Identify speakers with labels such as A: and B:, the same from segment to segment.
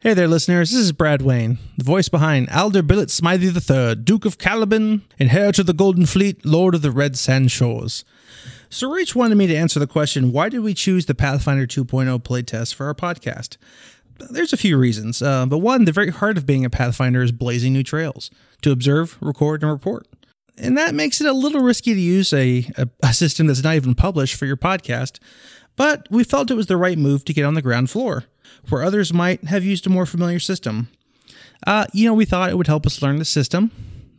A: Hey there, listeners. This is Brad Wayne, the voice behind Alder Billet Smythe III, Duke of Caliban, inheritor of the Golden Fleet, Lord of the Red Sand Shores. Sir Rach wanted me to answer the question why did we choose the Pathfinder 2.0 playtest for our podcast? There's a few reasons, uh, but one, the very heart of being a Pathfinder is blazing new trails to observe, record, and report. And that makes it a little risky to use a, a, a system that's not even published for your podcast, but we felt it was the right move to get on the ground floor, where others might have used a more familiar system. Uh, you know, we thought it would help us learn the system,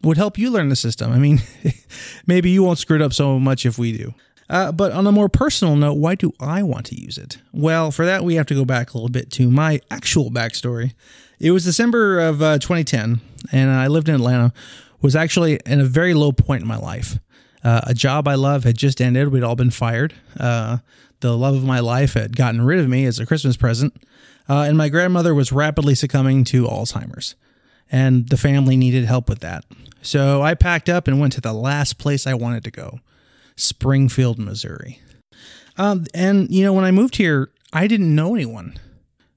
A: would help you learn the system. I mean, maybe you won't screw it up so much if we do. Uh, but on a more personal note, why do I want to use it? Well, for that, we have to go back a little bit to my actual backstory. It was December of uh, 2010, and I lived in Atlanta, was actually in a very low point in my life. Uh, a job I love had just ended. We'd all been fired. Uh, the love of my life had gotten rid of me as a Christmas present. Uh, and my grandmother was rapidly succumbing to Alzheimer's. And the family needed help with that. So I packed up and went to the last place I wanted to go Springfield, Missouri. Um, and, you know, when I moved here, I didn't know anyone.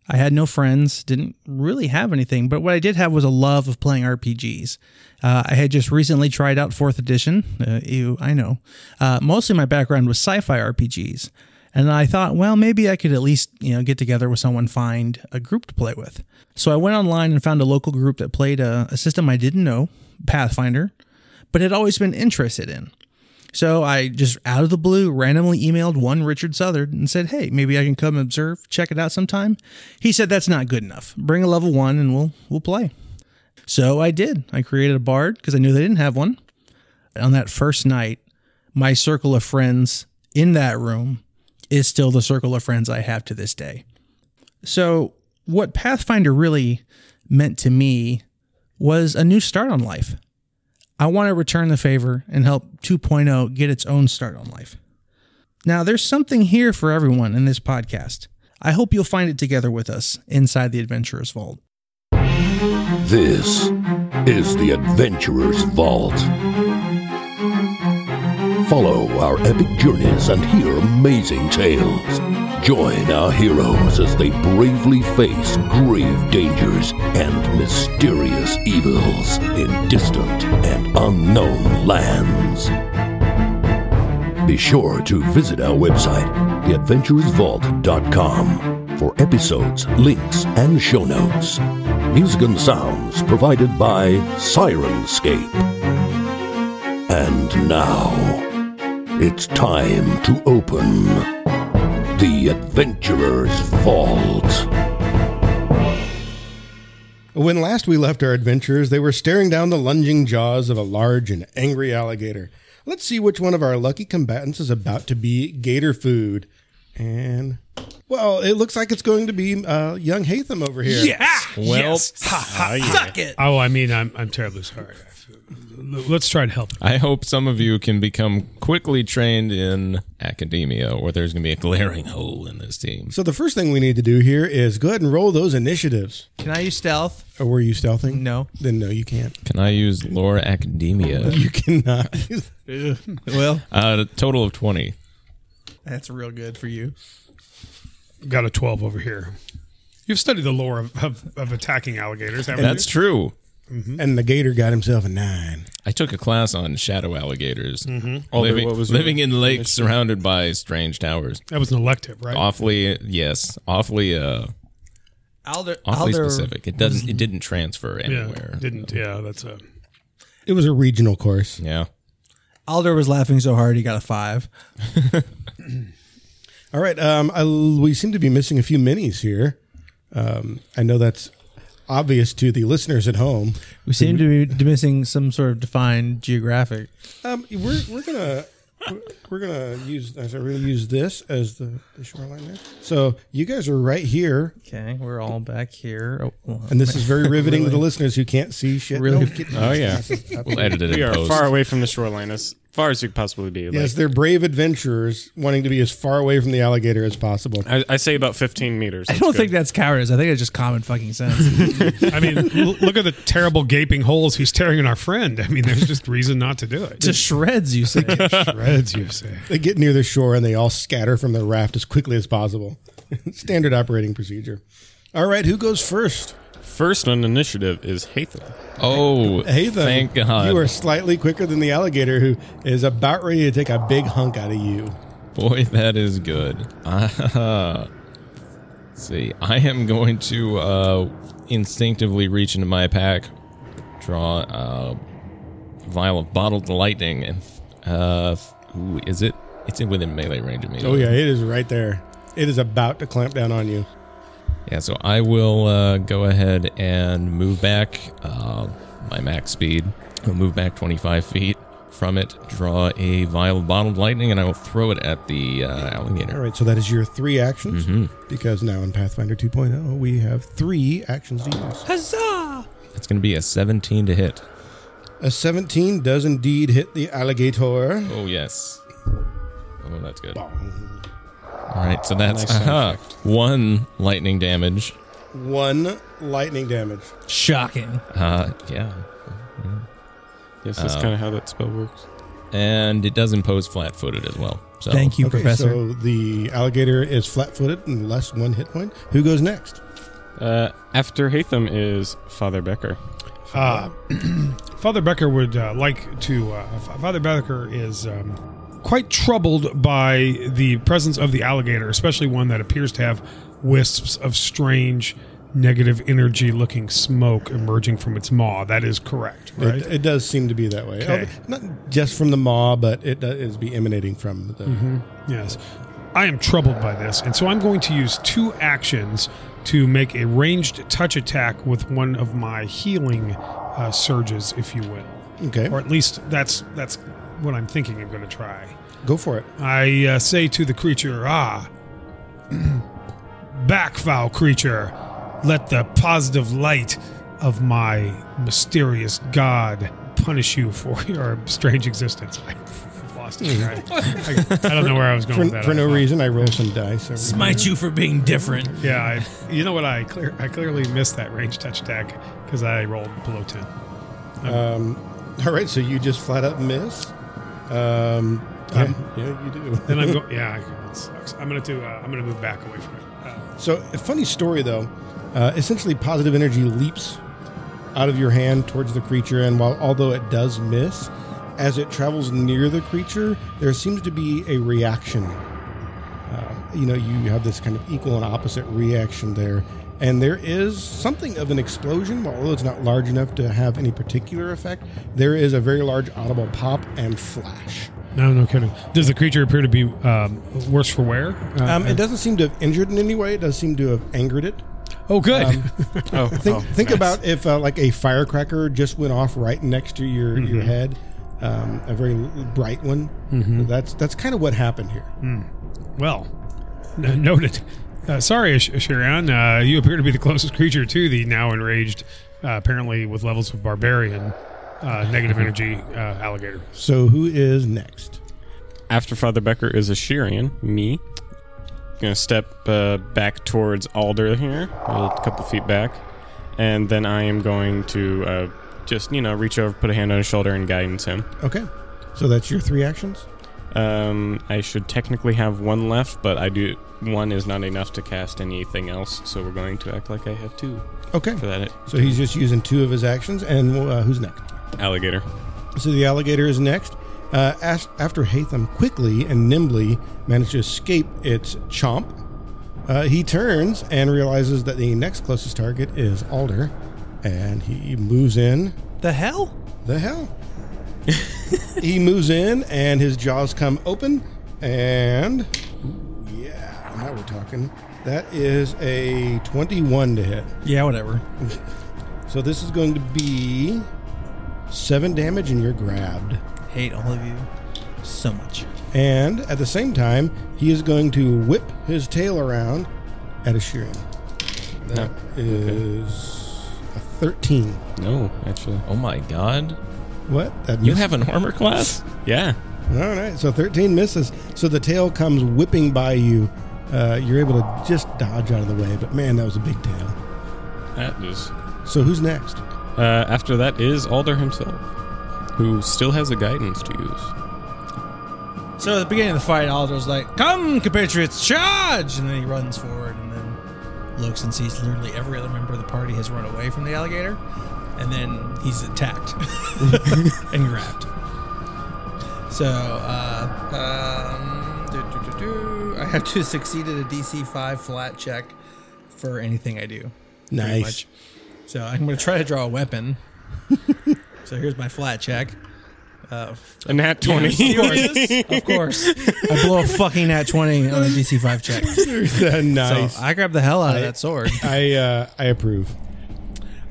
A: I had no friends, didn't really have anything, but what I did have was a love of playing RPGs. Uh, I had just recently tried out fourth edition. Uh, ew, I know. Uh, mostly my background was sci-fi RPGs, and I thought, well, maybe I could at least you know get together with someone, find a group to play with. So I went online and found a local group that played a, a system I didn't know, Pathfinder, but had always been interested in. So I just out of the blue randomly emailed one Richard Southard and said, "Hey, maybe I can come observe, check it out sometime." He said that's not good enough. Bring a level 1 and we'll we'll play. So I did. I created a bard because I knew they didn't have one. And on that first night, my circle of friends in that room is still the circle of friends I have to this day. So what Pathfinder really meant to me was a new start on life. I want to return the favor and help 2.0 get its own start on life. Now, there's something here for everyone in this podcast. I hope you'll find it together with us inside the Adventurer's Vault.
B: This is the Adventurer's Vault. Follow our epic journeys and hear amazing tales. Join our heroes as they bravely face grave dangers and mysterious evils in distant and unknown lands. Be sure to visit our website, theadventurousvault.com, for episodes, links, and show notes. Music and sounds provided by Sirenscape. And now, it's time to open the Adventurer's Vault.
C: When last we left our adventurers, they were staring down the lunging jaws of a large and angry alligator. Let's see which one of our lucky combatants is about to be gator food. And, well, it looks like it's going to be uh, young Hatham over here.
A: Ah,
D: Well,
A: Suck it!
E: Oh, I mean, I'm, I'm terribly sorry. Let's try to help.
D: I hope some of you can become quickly trained in academia, or there's going to be a glaring hole in this team.
C: So the first thing we need to do here is go ahead and roll those initiatives.
A: Can I use stealth?
C: Or were you stealthing?
A: No.
C: Then no, you can't.
D: Can I use lore academia?
C: You cannot.
A: Well,
D: Uh, a total of 20.
A: that's real good for you.
E: Got a 12 over here. You've studied the lore of, of, of attacking alligators, haven't
D: That's true.
C: and the gator got himself a nine.
D: I took a class on shadow alligators,
F: Alder,
D: living,
F: Mm-hmm. what was
D: living
F: your
D: in lakes surrounded by strange towers.
E: you? That was an elective, right?
D: Awfully, yes, awfully, uh,
A: Alder,
D: awfully
A: Alder-
D: specific. It doesn't, it didn't transfer
E: yeah,
D: anywhere.
E: didn't. Yeah, that's a.
C: It was a regional course.
D: Yeah.
A: Alder was laughing so hard he got a five.
C: All right. Um, I, we seem to be missing a few minis here. Um, I know that's obvious to the listeners at home.
A: We seem to
D: Mm-hmm.
A: be missing some sort of defined geographic.
C: Um, we're we're gonna we're gonna use I'm sorry, we're gonna use this as the, the shoreline there. So you guys are right here,
A: Okay, we're all back here. Oh,
C: and this is very riveting to the listeners who can't see shit.
A: Really?
C: No, get-
D: Oh yeah. we'll edit it.
F: We
D: in
F: are
D: post.
F: far away from the shoreline, as far as you could possibly be. Like,
C: yes, they're brave adventurers wanting to be as far away from the alligator as possible.
F: I, I say about 15 meters.
A: I don't think that's cowardice. I think it's just common fucking sense.
E: I mean, l- look at the terrible gaping holes he's tearing in our friend. I mean, there's just reason not to do it.
A: to shreds, you say.
E: shreds, you say.
C: They get near the shore and they all scatter from the raft as quickly as possible. Standard operating procedure. All right, who goes first?
F: First on initiative is Hathan.
D: Oh,
C: Hey, though,
D: thank God.
C: You are slightly quicker than the alligator who is about ready to take a big hunk out of you.
D: Boy, that is good. Ah, see, I am going to uh, instinctively reach into my pack, draw a vial of bottled lightning, and uh, ooh, is it? It's within melee range of me.
C: Oh, yeah, it is right there. It is about to clamp down on you.
D: Yeah, so I will uh, go ahead and move back uh, my max speed. I'll move back 25 feet from it, draw a vial of bottled lightning, and I will throw it at the uh, alligator.
C: All right, so that is your three actions
D: Mm-hmm.
C: because now in Pathfinder 2.0, we have three actions to use.
D: It's going to be a 17 to hit.
C: A 17 does indeed hit the alligator.
D: Oh yes. Oh, that's good. All right, so that's uh-huh. aha, one lightning damage.
C: One lightning damage.
A: Shocking.
D: Uh, yeah,
F: Yes, that's kind of how that spell works.
D: and it does impose flat-footed as well. So
A: Thank you, Professor.
C: So the alligator is flat footed and less one hit point. Who goes next?
F: Uh, after Hatham is Father Becker.
E: Uh, Father Becker would uh, like to. Uh, F- Father Becker is um, quite troubled by the presence of the alligator, especially one that appears to have wisps of strange negative energy looking smoke emerging from its maw. That is correct, right?
C: It, it does seem to be that way.
E: Okay.
C: Although Not just from the maw, but it does is be emanating from the.
E: Mm-hmm. Yes. I am troubled by this, and so I'm going to use two actions to make a ranged touch attack with one of my healing uh, surges, if you will.
C: Okay,
E: Or at least that's that's what I'm thinking I'm going to try.
C: go for it.
E: I uh, say to the creature, Ah, back, foul creature, let the positive light of my mysterious god punish you for your strange existence. I lost it. I, I, I don't know where I was going
C: For,
E: with that.
C: for
E: I
C: no
E: don't know.
C: reason, I roll some dice. every-
A: Smite you for being different.
E: Yeah, I, you know what? I clear, I clearly missed that range touch attack because I rolled below 10.
C: All right, so you just flat out miss. Um, yeah, yeah, you do.
E: Then I'm going, yeah, I- it sucks. I'm going to do, uh, I'm going to move back away from it. Uh,
C: So, a funny story though. Uh, essentially, positive energy leaps out of your hand towards the creature, and while although it does miss, as it travels near the creature, there seems to be a reaction. Uh, you know, you have this kind of equal and opposite reaction there, and there is something of an explosion. While although it's not large enough to have any particular effect, there is a very large audible pop and flash.
E: no, no kidding. Does the creature appear to be um, worse for wear? Uh,
C: Um, it doesn't seem to have injured in any way. It does seem to have angered it.
E: oh, good.
F: Oh,
C: Think,
F: oh,
C: think
F: nice.
C: about if uh, like a firecracker just went off right next to your,
F: Mm-hmm.
C: your head, um, a very l- bright one.
F: Mm-hmm.
C: That's that's kind of what happened here.
E: Well, n- noted. Uh, sorry, Ash- Sharon. Uh, you appear to be the closest creature to the now enraged, uh, apparently with levels of barbarian uh, negative energy uh, alligator.
C: So who is next?
F: After Father Becker is a Shirian, me. Gonna step uh, back towards Alder here, a couple feet back, and then I am going to uh, just you know reach over, put a hand on his shoulder, and guidance him.
C: Okay, so that's your three actions.
F: Um, I should technically have one left, but I do one is not enough to cast anything else, so we're going to act like I have two
C: Okay,
F: for that
C: so he's just using two of his actions, and uh, who's next?
F: alligator.
C: So the alligator is next. Uh, as- after Hatham quickly and nimbly managed to escape its chomp, uh, he turns and realizes that the next closest target is Alder, and he moves in.
A: The hell?
C: The hell? he moves in, and his jaws come open, and Ooh, yeah, now we're talking. That is a 21 to hit.
A: Yeah, whatever.
C: So this is going to be seven damage, and you're grabbed.
A: Hate all of you so much.
C: And at the same time, he is going to whip his tail around at Ashirin. That is a 13.
F: No, actually,
D: Oh my God,
C: What? That
D: you
C: misses.
D: have an armor class?
F: yeah.
C: All right, so 13 misses. So the tail comes whipping by you. Uh, you're able to just dodge out of the way, but man, that was a big tail.
F: That is.
C: So who's next?
F: Uh, after that is Alder himself, who still has a guidance to use.
A: So at the beginning of the fight, Alder's like, "Come, compatriots, charge!" And then he runs forward, and then looks and sees literally every other member of the party has run away from the alligator, and then he's attacked and grabbed. So, uh, um, do, do, do, do. I have to succeed at a DC 5 flat check for anything I do. pretty
C: Nice.
A: So, I'm going to try to draw a weapon. so, here's my flat check. Uh,
F: A nat 20.
A: of course. I blow a fucking nat 20 on a DC 5 check.
C: nice.
A: So I grab the hell out of that sword.
C: I uh, I approve.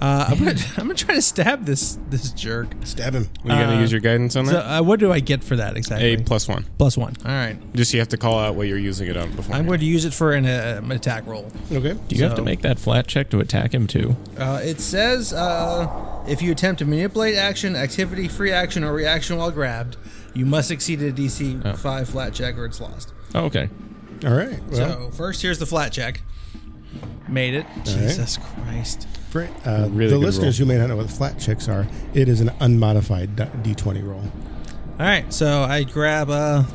A: Uh, I'm gonna I'm gonna try to stab this this jerk.
C: Stab him.
F: you got to use your guidance on that?
A: So uh, what do I get for that exactly?
F: a plus one.
A: plus one. All right,
F: Just you have to call out what you're using it on before.
A: I'm going to use it for an uh, um, attack roll.
C: Okay.
D: Do you have to
A: So-
D: make that flat check to attack him too?
A: Uh, it says uh, if you attempt to manipulate action, activity, free action, or reaction while grabbed, you must succeed at a DC five flat check or it's lost.
D: Oh, okay.
C: All right.
A: So
C: Well,
A: first, here's the flat check. Made it. Jesus Christ.
C: for, uh,
F: Really
C: the
F: good
C: listeners who may not know what flat checks are, it is an unmodified d- d20 roll.
A: All right, so I grab a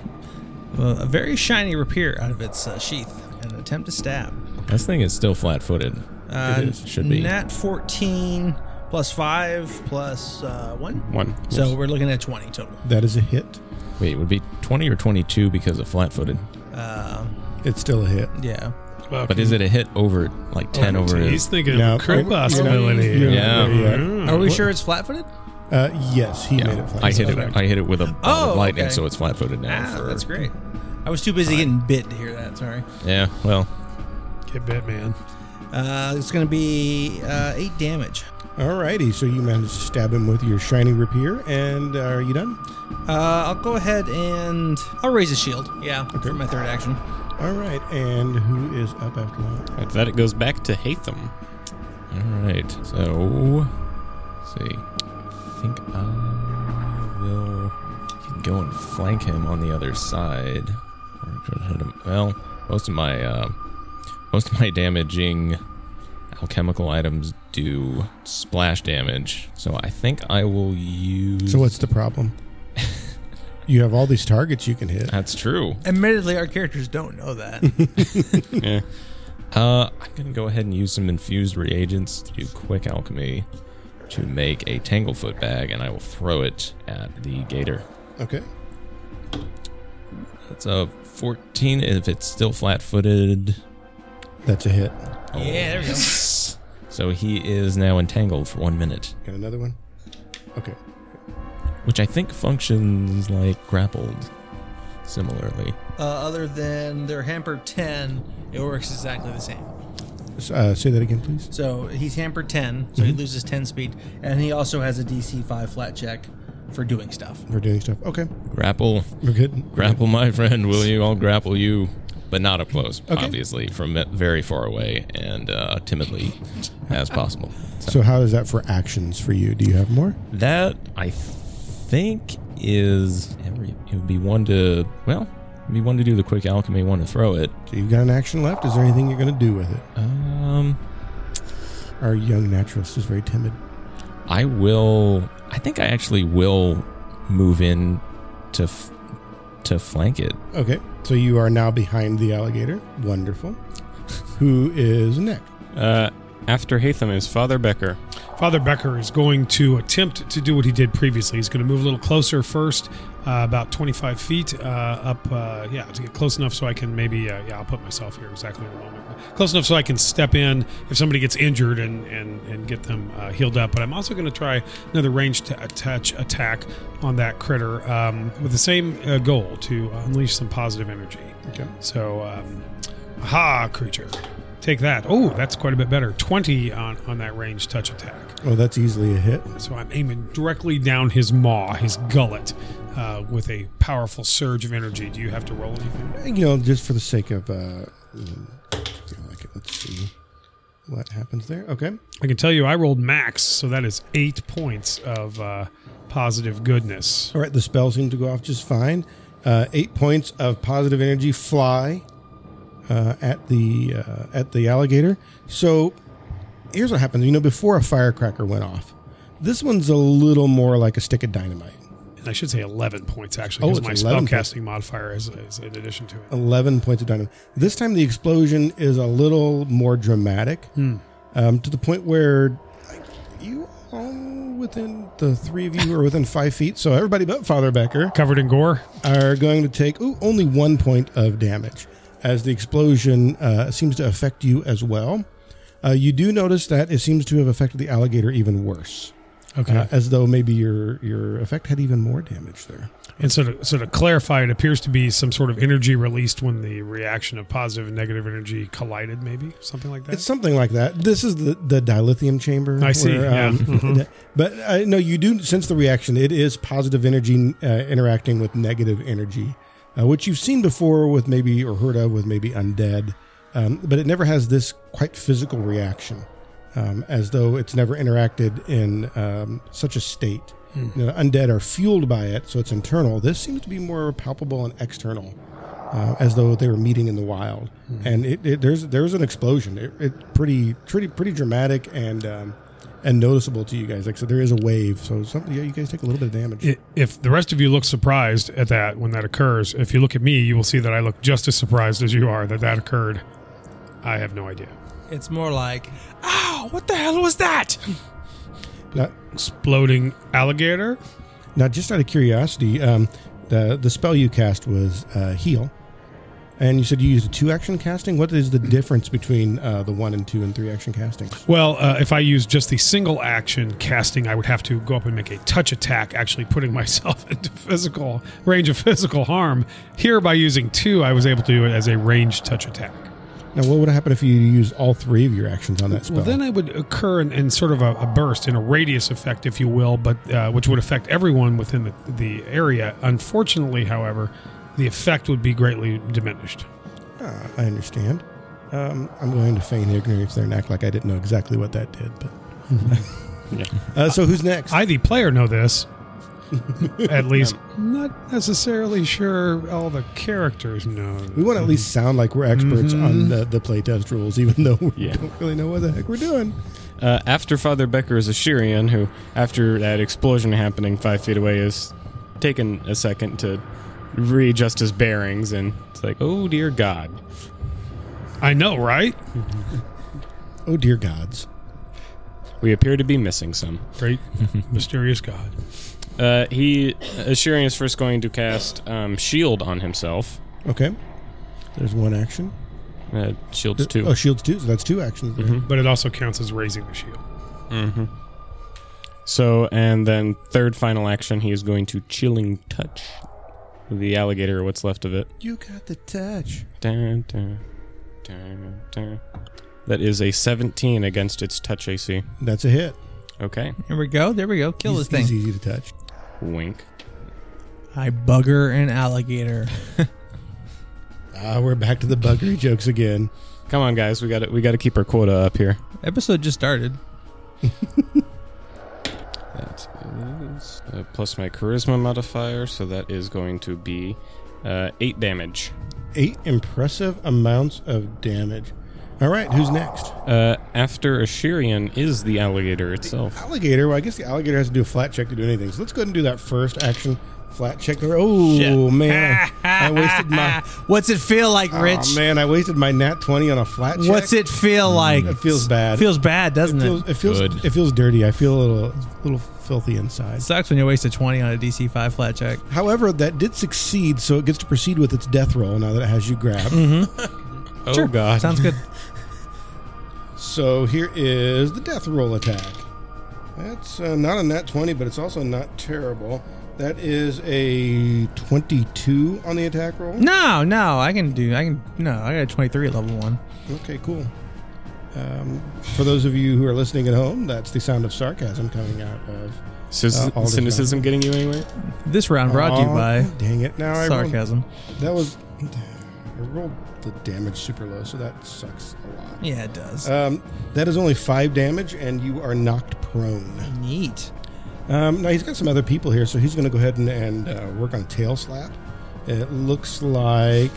A: a very shiny rapier out of its uh, sheath and attempt to stab.
D: This thing is still flat footed.
A: Uh,
D: It is, should be.
A: Nat 14 plus 5 plus uh, 1.
F: One.
A: So we're looking at 20 total.
C: That is a hit.
D: Wait, it would be 20 or 22 because of flat footed.
A: Uh,
C: It's still a hit.
A: yeah.
D: But is it a hit over
A: Oh,
D: like 10 over
E: He's
D: his?
E: thinking
C: No,
E: of a crit
C: over- you're not-
E: possibility. Mm-hmm.
C: you're not
D: Yeah. Mm-hmm.
C: there yet.
A: Are we sure it's flat footed?
C: Uh, yes, he made it. Flat
D: I hit it.
C: Okay.
D: I hit it with a bolt
A: Oh,
D: of lightning,
A: okay.
D: so it's flat footed now.
A: Ah,
D: for-
A: that's great. I was too busy getting bit to hear that. Sorry.
D: Yeah. Well,
E: Get bit, man.
A: Uh, it's going to be uh, 8 damage.
C: Alrighty, so you managed to stab him with your shiny rapier, and uh, are you done?
A: Uh, I'll go ahead and I'll raise a shield. Yeah, for my third action.
C: All right, and who is up after that?
F: After that, it goes back to Hatham.
D: all right. So, let's see. I think I will can go and flank him on the other side. Or go hit him. Well, most of my uh, most of my damaging alchemical items do splash damage, so I think I will use.
C: So what's the problem? you have all these targets you can hit.
D: That's true.
A: Admittedly, our characters don't know that.
F: yeah.
D: Uh, I'm gonna go ahead and use some infused reagents to do quick alchemy to make a tanglefoot bag, and I will throw it at the gator.
C: Okay.
D: That's a 14 if it's still flat-footed.
C: That's a hit.
A: yeah, there we go.
D: So he is now entangled for one minute,
C: Got another one? Okay.
D: which I think functions like grappled, similarly.
A: Uh, other than their hampered 10, it works exactly the same.
C: S- Uh, say that again, please.
A: So he's hampered 10, so he loses 10 speed, and he also has a DC 5 flat check for doing stuff.
C: We're doing stuff. Okay,
D: Grapple,
C: we're good.
D: grapple, my friend. Will you? I'll grapple you, but not up close,
C: Okay.
D: obviously, from very far away and uh, timidly as possible.
C: So how is that for actions for you? Do you have more?
D: That I think is every. It would be one to well, it'd be one to do the quick alchemy, one to throw it.
C: So you've got an action left. Is there anything you're going to do with it?
D: Um,
C: Our young naturalist is very timid.
D: I will. I think I actually will move in to f- to flank it.
C: Okay, so you are now behind the alligator. Wonderful. Who is next?
F: Uh, after Hatham is Father Becker.
E: Father Becker is going to attempt to do what he did previously. He's going to move a little closer first, uh, about 25 feet uh, up. Uh, yeah, to get close enough so I can maybe. Uh, yeah, I'll put myself here exactly in a moment. Close enough so I can step in if somebody gets injured and and, and get them uh, healed up. But I'm also going to try another ranged t- touch attack on that critter um, with the same uh, goal to unleash some positive energy.
C: Okay.
E: So, um, aha, creature. Take that. Oh, that's quite a bit better. 20 on, on that range touch attack.
C: Oh, that's easily a hit.
E: So I'm aiming directly down his maw, his gullet, uh, with a powerful surge of energy. Do you have to roll anything?
C: You know, just for the sake of, uh, mm, I like it. Let's see what happens there. Okay.
E: I can tell you I rolled max, so that is eight points of uh, positive goodness.
C: All right. The spell seemed to go off just fine. Uh, eight points of positive energy fly uh, at the uh, at the alligator. So here's what happens. You know, before a firecracker went off, this one's a little more like a stick of dynamite.
E: I should say 11 points, actually,
C: Oh,
E: because
C: it's
E: my
C: 11 points.
E: spellcasting modifier is, is in addition to it.
C: 11 points of dynamite. This time the explosion is a little more dramatic um, to the point where like, you all within the three of you are within five feet. So everybody but Father Becker
E: Covered in gore.
C: are going to take ooh, only one point of damage as the explosion uh, seems to affect you as well. Uh, you do notice that it seems to have affected the alligator even worse.
E: Okay.
C: Uh, as though maybe your your effect had even more damage there.
E: And so to, so to clarify, it appears to be some sort of energy released when the reaction of positive and negative energy collided, maybe something like that.
C: It's something like that. This is the, the dilithium chamber. um,
E: I see, yeah. Mhm.
C: But uh, no, you do sense the reaction. It is positive energy uh, interacting with negative energy, uh, which you've seen before with maybe or heard of with maybe undead, um, but it never has this quite physical reaction, um, as though it's never interacted in um, such a state.
E: Hmm.
C: You know, undead are fueled by it, so it's internal. This seems to be more palpable and external uh, as though they were meeting in the wild.
E: Hmm.
C: And it, it, there's there's an explosion. It, it pretty pretty pretty dramatic and um, and noticeable to you guys. Like so, there is a wave. So some, yeah, you guys take a little bit of damage.
E: I- if the rest of you look surprised at that when that occurs, if you look at me, you will see that I look just as surprised as you are that that occurred. I have no idea.
A: It's more like, ow, what the hell was that?
C: Now,
E: Exploding alligator.
C: now, just out of curiosity, um, the the spell you cast was uh, heal, and you said you used a two action casting. What is the
E: Mm.
C: difference between uh, the one and two and three action castings?
E: Well, uh, if I use just the single action casting, I would have to go up and make a touch attack, actually putting myself into physical range of physical harm. Here, by using two, I was able to do it as a ranged touch attack.
C: Now, what would happen if you use all three of your actions on that spell?
E: Well, then I would occur in, in sort of a, a burst, in a radius effect, if you will, but uh, which would affect everyone within the, the area. Unfortunately, however, the effect would be greatly diminished.
C: Ah, I understand. Um, I'm going to feign ignorance there and act like I didn't know exactly what that did. But
F: Mm-hmm.
C: uh, so who's next?
E: I, the player, know this. At least, not necessarily sure all the characters know.
C: we want to at least sound like we're experts on the, the playtest rules, even though we
F: Yeah.
C: don't really know what the heck we're doing.
F: Uh, after Father Becker is a Shirian, who, after that explosion happening five feet away, is taken a second to readjust his bearings, and it's like, oh dear God.
E: I know, right?
C: Oh dear gods!
F: We appear to be missing some.
E: Great, mysterious god.
F: Uh, he, Ashirian is first going to cast um, Shield on himself.
C: Okay, there's one action.
F: Uh, shield's two. Mm-hmm.
C: Oh, shields two. So that's two actions. there.
E: But it also counts as raising the shield.
F: So, and then third final action, he is going to Chilling Touch the alligator, or what's left of it.
C: You got the touch.
F: Dun, dun, dun, dun. That is a 17 against its touch AC.
C: That's a hit.
F: Okay.
A: Here we go. There we go. Kill this
C: He's,
A: thing.
C: he's easy to touch.
F: Wink.
A: I bugger an alligator.
C: Ah, we're back to the buggery jokes again.
F: Come on, guys. We got to we got to keep our quota up here.
A: Episode just started.
F: That is uh, plus my charisma modifier, so that is going to be uh, eight damage.
C: Eight impressive amounts of damage. All right, who's next?
F: Uh, after Ashirian is the alligator itself.
C: Alligator. Well, I guess the alligator has to do a flat check to do anything. So let's go ahead and do that first action. Flat check. The, oh man, I, I wasted my.
A: What's it feel like, Rich?
C: Oh man, I wasted my nat twenty on a flat check.
A: What's it feel like?
C: It feels bad.
A: Feels bad, doesn't
C: It
A: it?
C: feels. It feels,
D: Good.
C: it feels dirty. I feel a little, little filthy inside.
A: Sucks when you waste a twenty on a DC five flat check.
C: However, that did succeed, so it gets to proceed with its death roll now that it has you grab.
A: Mm-hmm.
F: Oh God.
A: Sounds good.
C: So here is the death roll attack. That's uh, not a nat 20, but it's also not terrible. That is a 22 on the attack roll.
A: No, no, I can do. I can. No, I got a twenty three at level one.
C: Okay, cool. Um, for those of you who are listening at home, that's the sound of sarcasm coming out of.
F: Cis-
C: Uh, all the
F: cynicism getting you anywhere?
A: This round brought to you
C: Aw,
A: by
C: Dang it! Now I rolled-
A: sarcasm.
C: that was. I rolled the damage super low, so that sucks a lot.
A: Yeah, it does.
C: Um, that is only five damage, and you are knocked prone.
A: Neat.
C: Um, now he's got some other people here, so he's going to go ahead and, and uh, work on tail slap. It looks like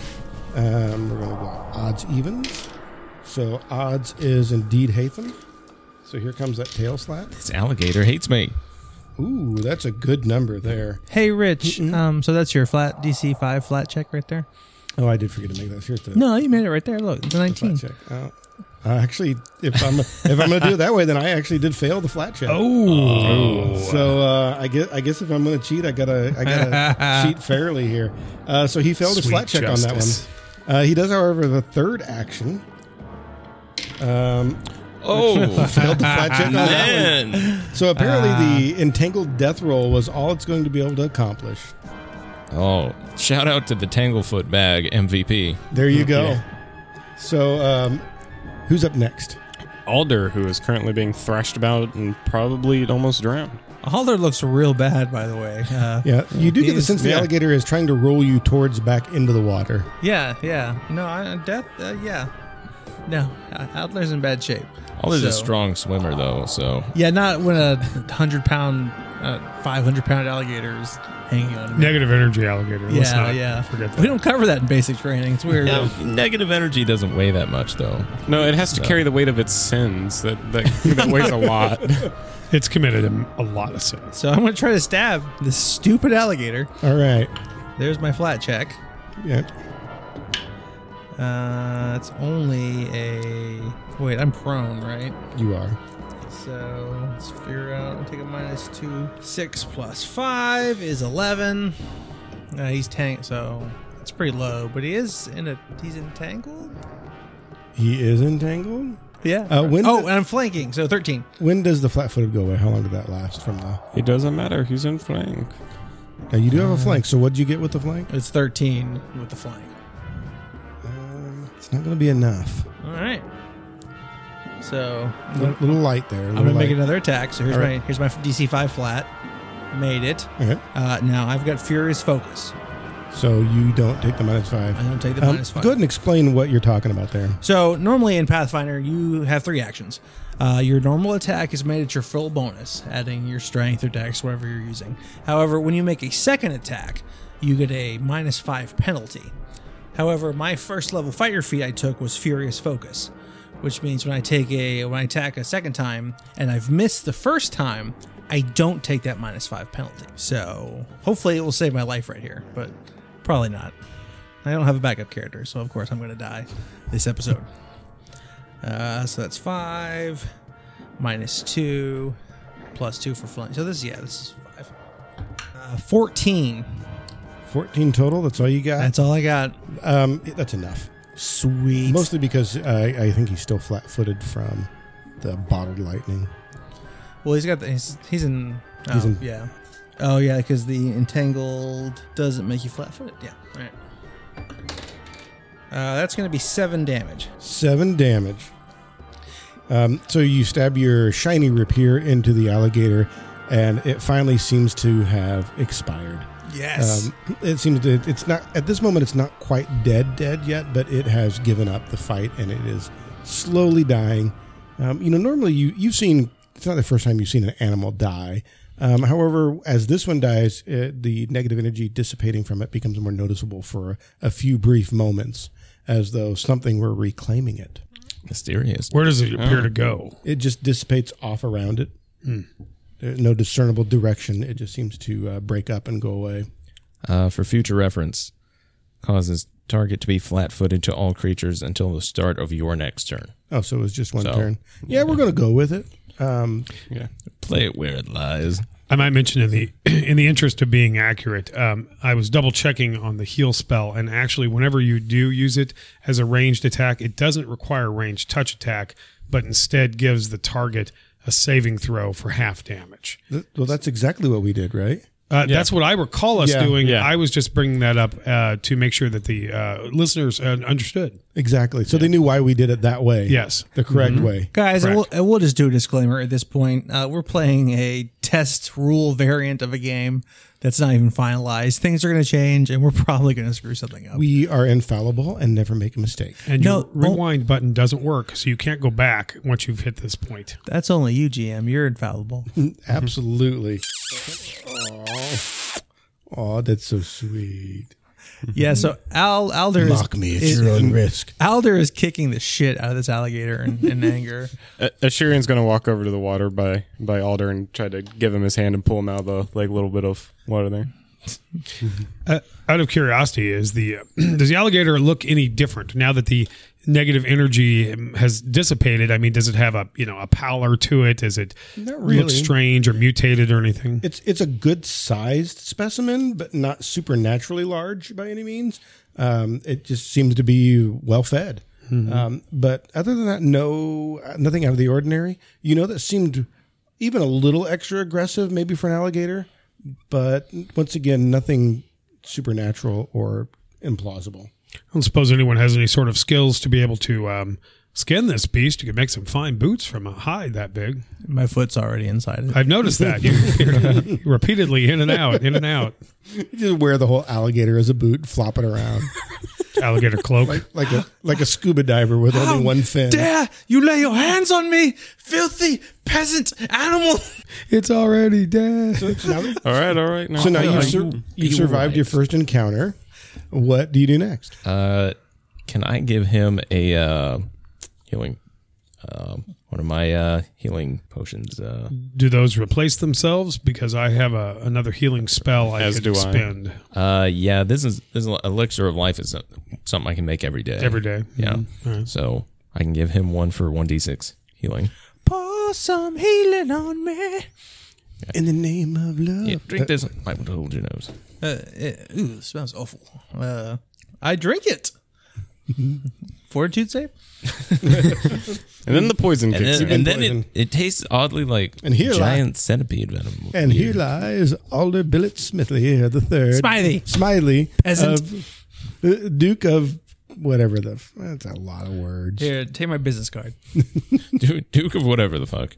C: um, we're going to go odds evens. So odds is indeed Hathan. So here comes that tail slap.
D: This alligator hates me.
C: Ooh, that's a good number there.
A: Hey, Rich. Um, so that's your flat DC five flat check right there.
C: Oh, I did forget to make that. Here's the
A: No, you made it right there. Look, the
C: flat
A: nineteen.
C: check. Oh. Uh, actually, if I'm if I'm gonna do it that way, then I actually did fail the flat check.
E: Oh,
C: So uh, I guess I guess if I'm going to cheat, I gotta I gotta cheat fairly here. Uh, so he failed his
E: Sweet
C: flat check
E: justice.
C: on that one. Uh, he does, however, the third action. Um,
D: Oh,
C: failed the flat check on that one.
D: man.
C: So apparently, the entangled death roll was all it's going to be able to accomplish.
D: Oh, shout out to the Tanglefoot bag MVP.
C: There you go. So um, who's up next?
F: Alder, who is currently being thrashed about and probably almost drowned.
A: Halder looks real bad, by the way. Uh,
C: Yeah, you do get the
A: He's-
C: sense the
F: yeah.
C: alligator is trying to roll you towards back into the water.
A: yeah, yeah. No, I, death. Uh, yeah, no. Adler's in bad shape.
D: Alder's a
A: So-
D: strong swimmer though, so
A: Yeah, not when a hundred pound, uh, five hundred pound alligator is hanging on. him.
E: negative energy alligator. Let's
A: Yeah,
E: not
A: yeah.
E: forget that.
A: We don't cover that in basic training. It's weird.
D: Yeah, negative energy doesn't weigh that much though.
F: No, it has to carry the weight of its sins. That that, that weighs a lot.
E: It's committed a lot of sins.
A: So I'm gonna try to stab this stupid alligator.
C: All right.
A: There's my flat check.
C: Yeah.
A: Uh, it's only a wait. I'm prone, right?
C: You are.
A: So let's figure out. I'll take a minus two. Six plus five is eleven. Uh, he's tank, so it's pretty low. But he is in a. He's entangled.
C: He is entangled.
A: Yeah.
C: Uh, when
A: oh,
C: the-
A: and I'm flanking, so thirteen.
C: When does the flat footed go away? How long did that last from the.
F: It doesn't matter. He's in flank.
C: Now, you do have a flank, so what did you get with the flank?
A: It's thirteen with the flank.
C: Um, it's not going to be enough.
A: All right. So
C: A little, little light there. a
A: I'm
C: little
A: gonna make
C: light.
A: another attack. So here's
C: All
A: my here's my DC five flat. Made it.
C: Okay.
A: Uh, now I've got Furious Focus.
C: So you don't take the minus five.
A: I don't take the
C: Um,
A: minus five.
C: Go ahead and explain what you're talking about there.
A: So normally in Pathfinder, you have three actions. Uh, your normal attack is made at your full bonus, adding your strength or dex, whatever you're using. However, when you make a second attack, you get a minus five penalty. However, my first level fighter feat I took was Furious Focus, which means when I take a when I attack a second time and I've missed the first time, I don't take that minus five penalty. So hopefully it will save my life right here, but probably not. I don't have a backup character, so of course I'm going to die this episode. Uh, so that's five minus two plus two for flying. So this, yeah, this is five. Uh, Fourteen.
C: 14 total. That's all you got.
A: That's all I got.
C: um, it- that's enough.
A: Sweet.
C: Mostly because I, I think he's still flat footed from the bottled lightning.
A: well, he's got the, he's he's in. Oh,
C: He's in-
A: yeah. Oh yeah, because the entangled doesn't make you flat-footed. Yeah. All right. Uh, that's going to be seven damage.
C: Seven damage. Um, so you stab your shiny rapier into the alligator, and it finally seems to have expired.
A: Yes.
C: Um, it seems to, it's not at this moment. It's not quite dead, dead yet, but it has given up the fight and it is slowly dying. Um, you know, normally you you've seen it's not the first time you've seen an animal die. Um, however, as this one dies, uh the negative energy dissipating from it becomes more noticeable for a few brief moments, as though something were reclaiming it.
D: Mysterious.
E: Where does it appear to go?
C: It just dissipates off around it. There's no discernible direction. It just seems to uh, break up and go away.
D: Uh, for future reference, causes target to be flat-footed to all creatures until the start of your next turn.
C: Oh, so it was just one
D: So,
C: turn. Yeah, we're gonna go with it. Um,
F: Yeah.
D: Play it where it lies.
E: I might mention in the in the interest of being accurate, um, I was double checking on the heal spell, and actually, whenever you do use it as a ranged attack, it doesn't require ranged touch attack, but instead gives the target a saving throw for half damage.
C: th- well, that's exactly what we did, right?
E: Uh, That's what I recall us
C: Yeah,
E: doing.
F: yeah.
E: I was just bringing that up uh, to make sure that the uh, listeners uh, understood.
C: Exactly. So they knew why we did it that way.
E: Yes.
C: the correct way.
A: Guys, I will, I will just do a disclaimer at this point. Uh, we're playing a test rule variant of a game that's not even finalized. Things are going to change, and we're probably going to screw something up.
C: We are infallible and never make a mistake.
E: And
A: No,
E: your rewind button doesn't work, so you can't go back once you've hit this point.
A: that's only you, GM. You're infallible.
C: Absolutely. Oh, that's so sweet.
A: Yeah, so Al Alder is, is-
C: risk.
A: Alder is kicking the shit out of this alligator in, in anger.
F: A- Ashirian's gonna walk over to the water by by Alder and try to give him his hand and pull him out of the like little bit of water there.
E: Uh, out of curiosity, is the uh, does the alligator look any different now that the negative energy um, has dissipated? I mean, does it have a you know a pallor to it? Does it
C: Not
E: look
C: really.
E: strange or mutated or anything?
C: It's it's a good sized specimen, but not supernaturally large by any means. Um, it just seems to be well fed. Um, but other than that, no, nothing out of the ordinary. You know, that seemed even a little extra aggressive, maybe for an alligator. But once again, nothing supernatural or implausible.
E: I don't suppose anyone has any sort of skills to be able to um, skin this beast. You could make some fine boots from a hide that big.
A: My foot's already inside it.
E: I've noticed that you you're repeatedly in and out, in and out.
C: You just wear the whole alligator as a boot, flop it around
E: Alligator cloak.
C: like a like a scuba diver with only one fin.
A: Dare you lay your hands on me, filthy peasant animal?
E: It's already dead.
C: Now-
F: All right, all right.
C: So now you,
D: like,
C: sur-
D: you-
C: you
D: you
C: survived your
D: right.
C: first encounter. What do you do next?
D: Uh, can I give him a uh, healing? Um, one of my uh, healing potions. Uh,
E: Do those replace themselves? Because I have a, another healing spell I
F: As
E: could
F: do I.
E: spend
D: uh, yeah, this is this is elixir of life is something I can make every day.
E: every day. Mm-hmm.
D: Yeah. So I can give him one for one d six healing.
A: Pour some healing on me.
C: In the name of love.
D: Yeah, drink this. Might want to hold your nose.
A: Uh, it, ooh, smells awful. Uh, I drink it. Fortitude save.
F: and then the poison
D: And
F: kicks
D: then,
F: in.
D: and then
C: poisoned.
D: it, it tastes oddly like
C: And here li-
D: giant centipede venom.
C: And here lies Alder Billet Smithley here, the third.
A: Smiley.
C: Smiley.
A: Peasant.
C: Of, uh, Duke of whatever the. F- that's a lot of words.
A: Here, take my business card.
D: Duke, Duke of whatever the fuck.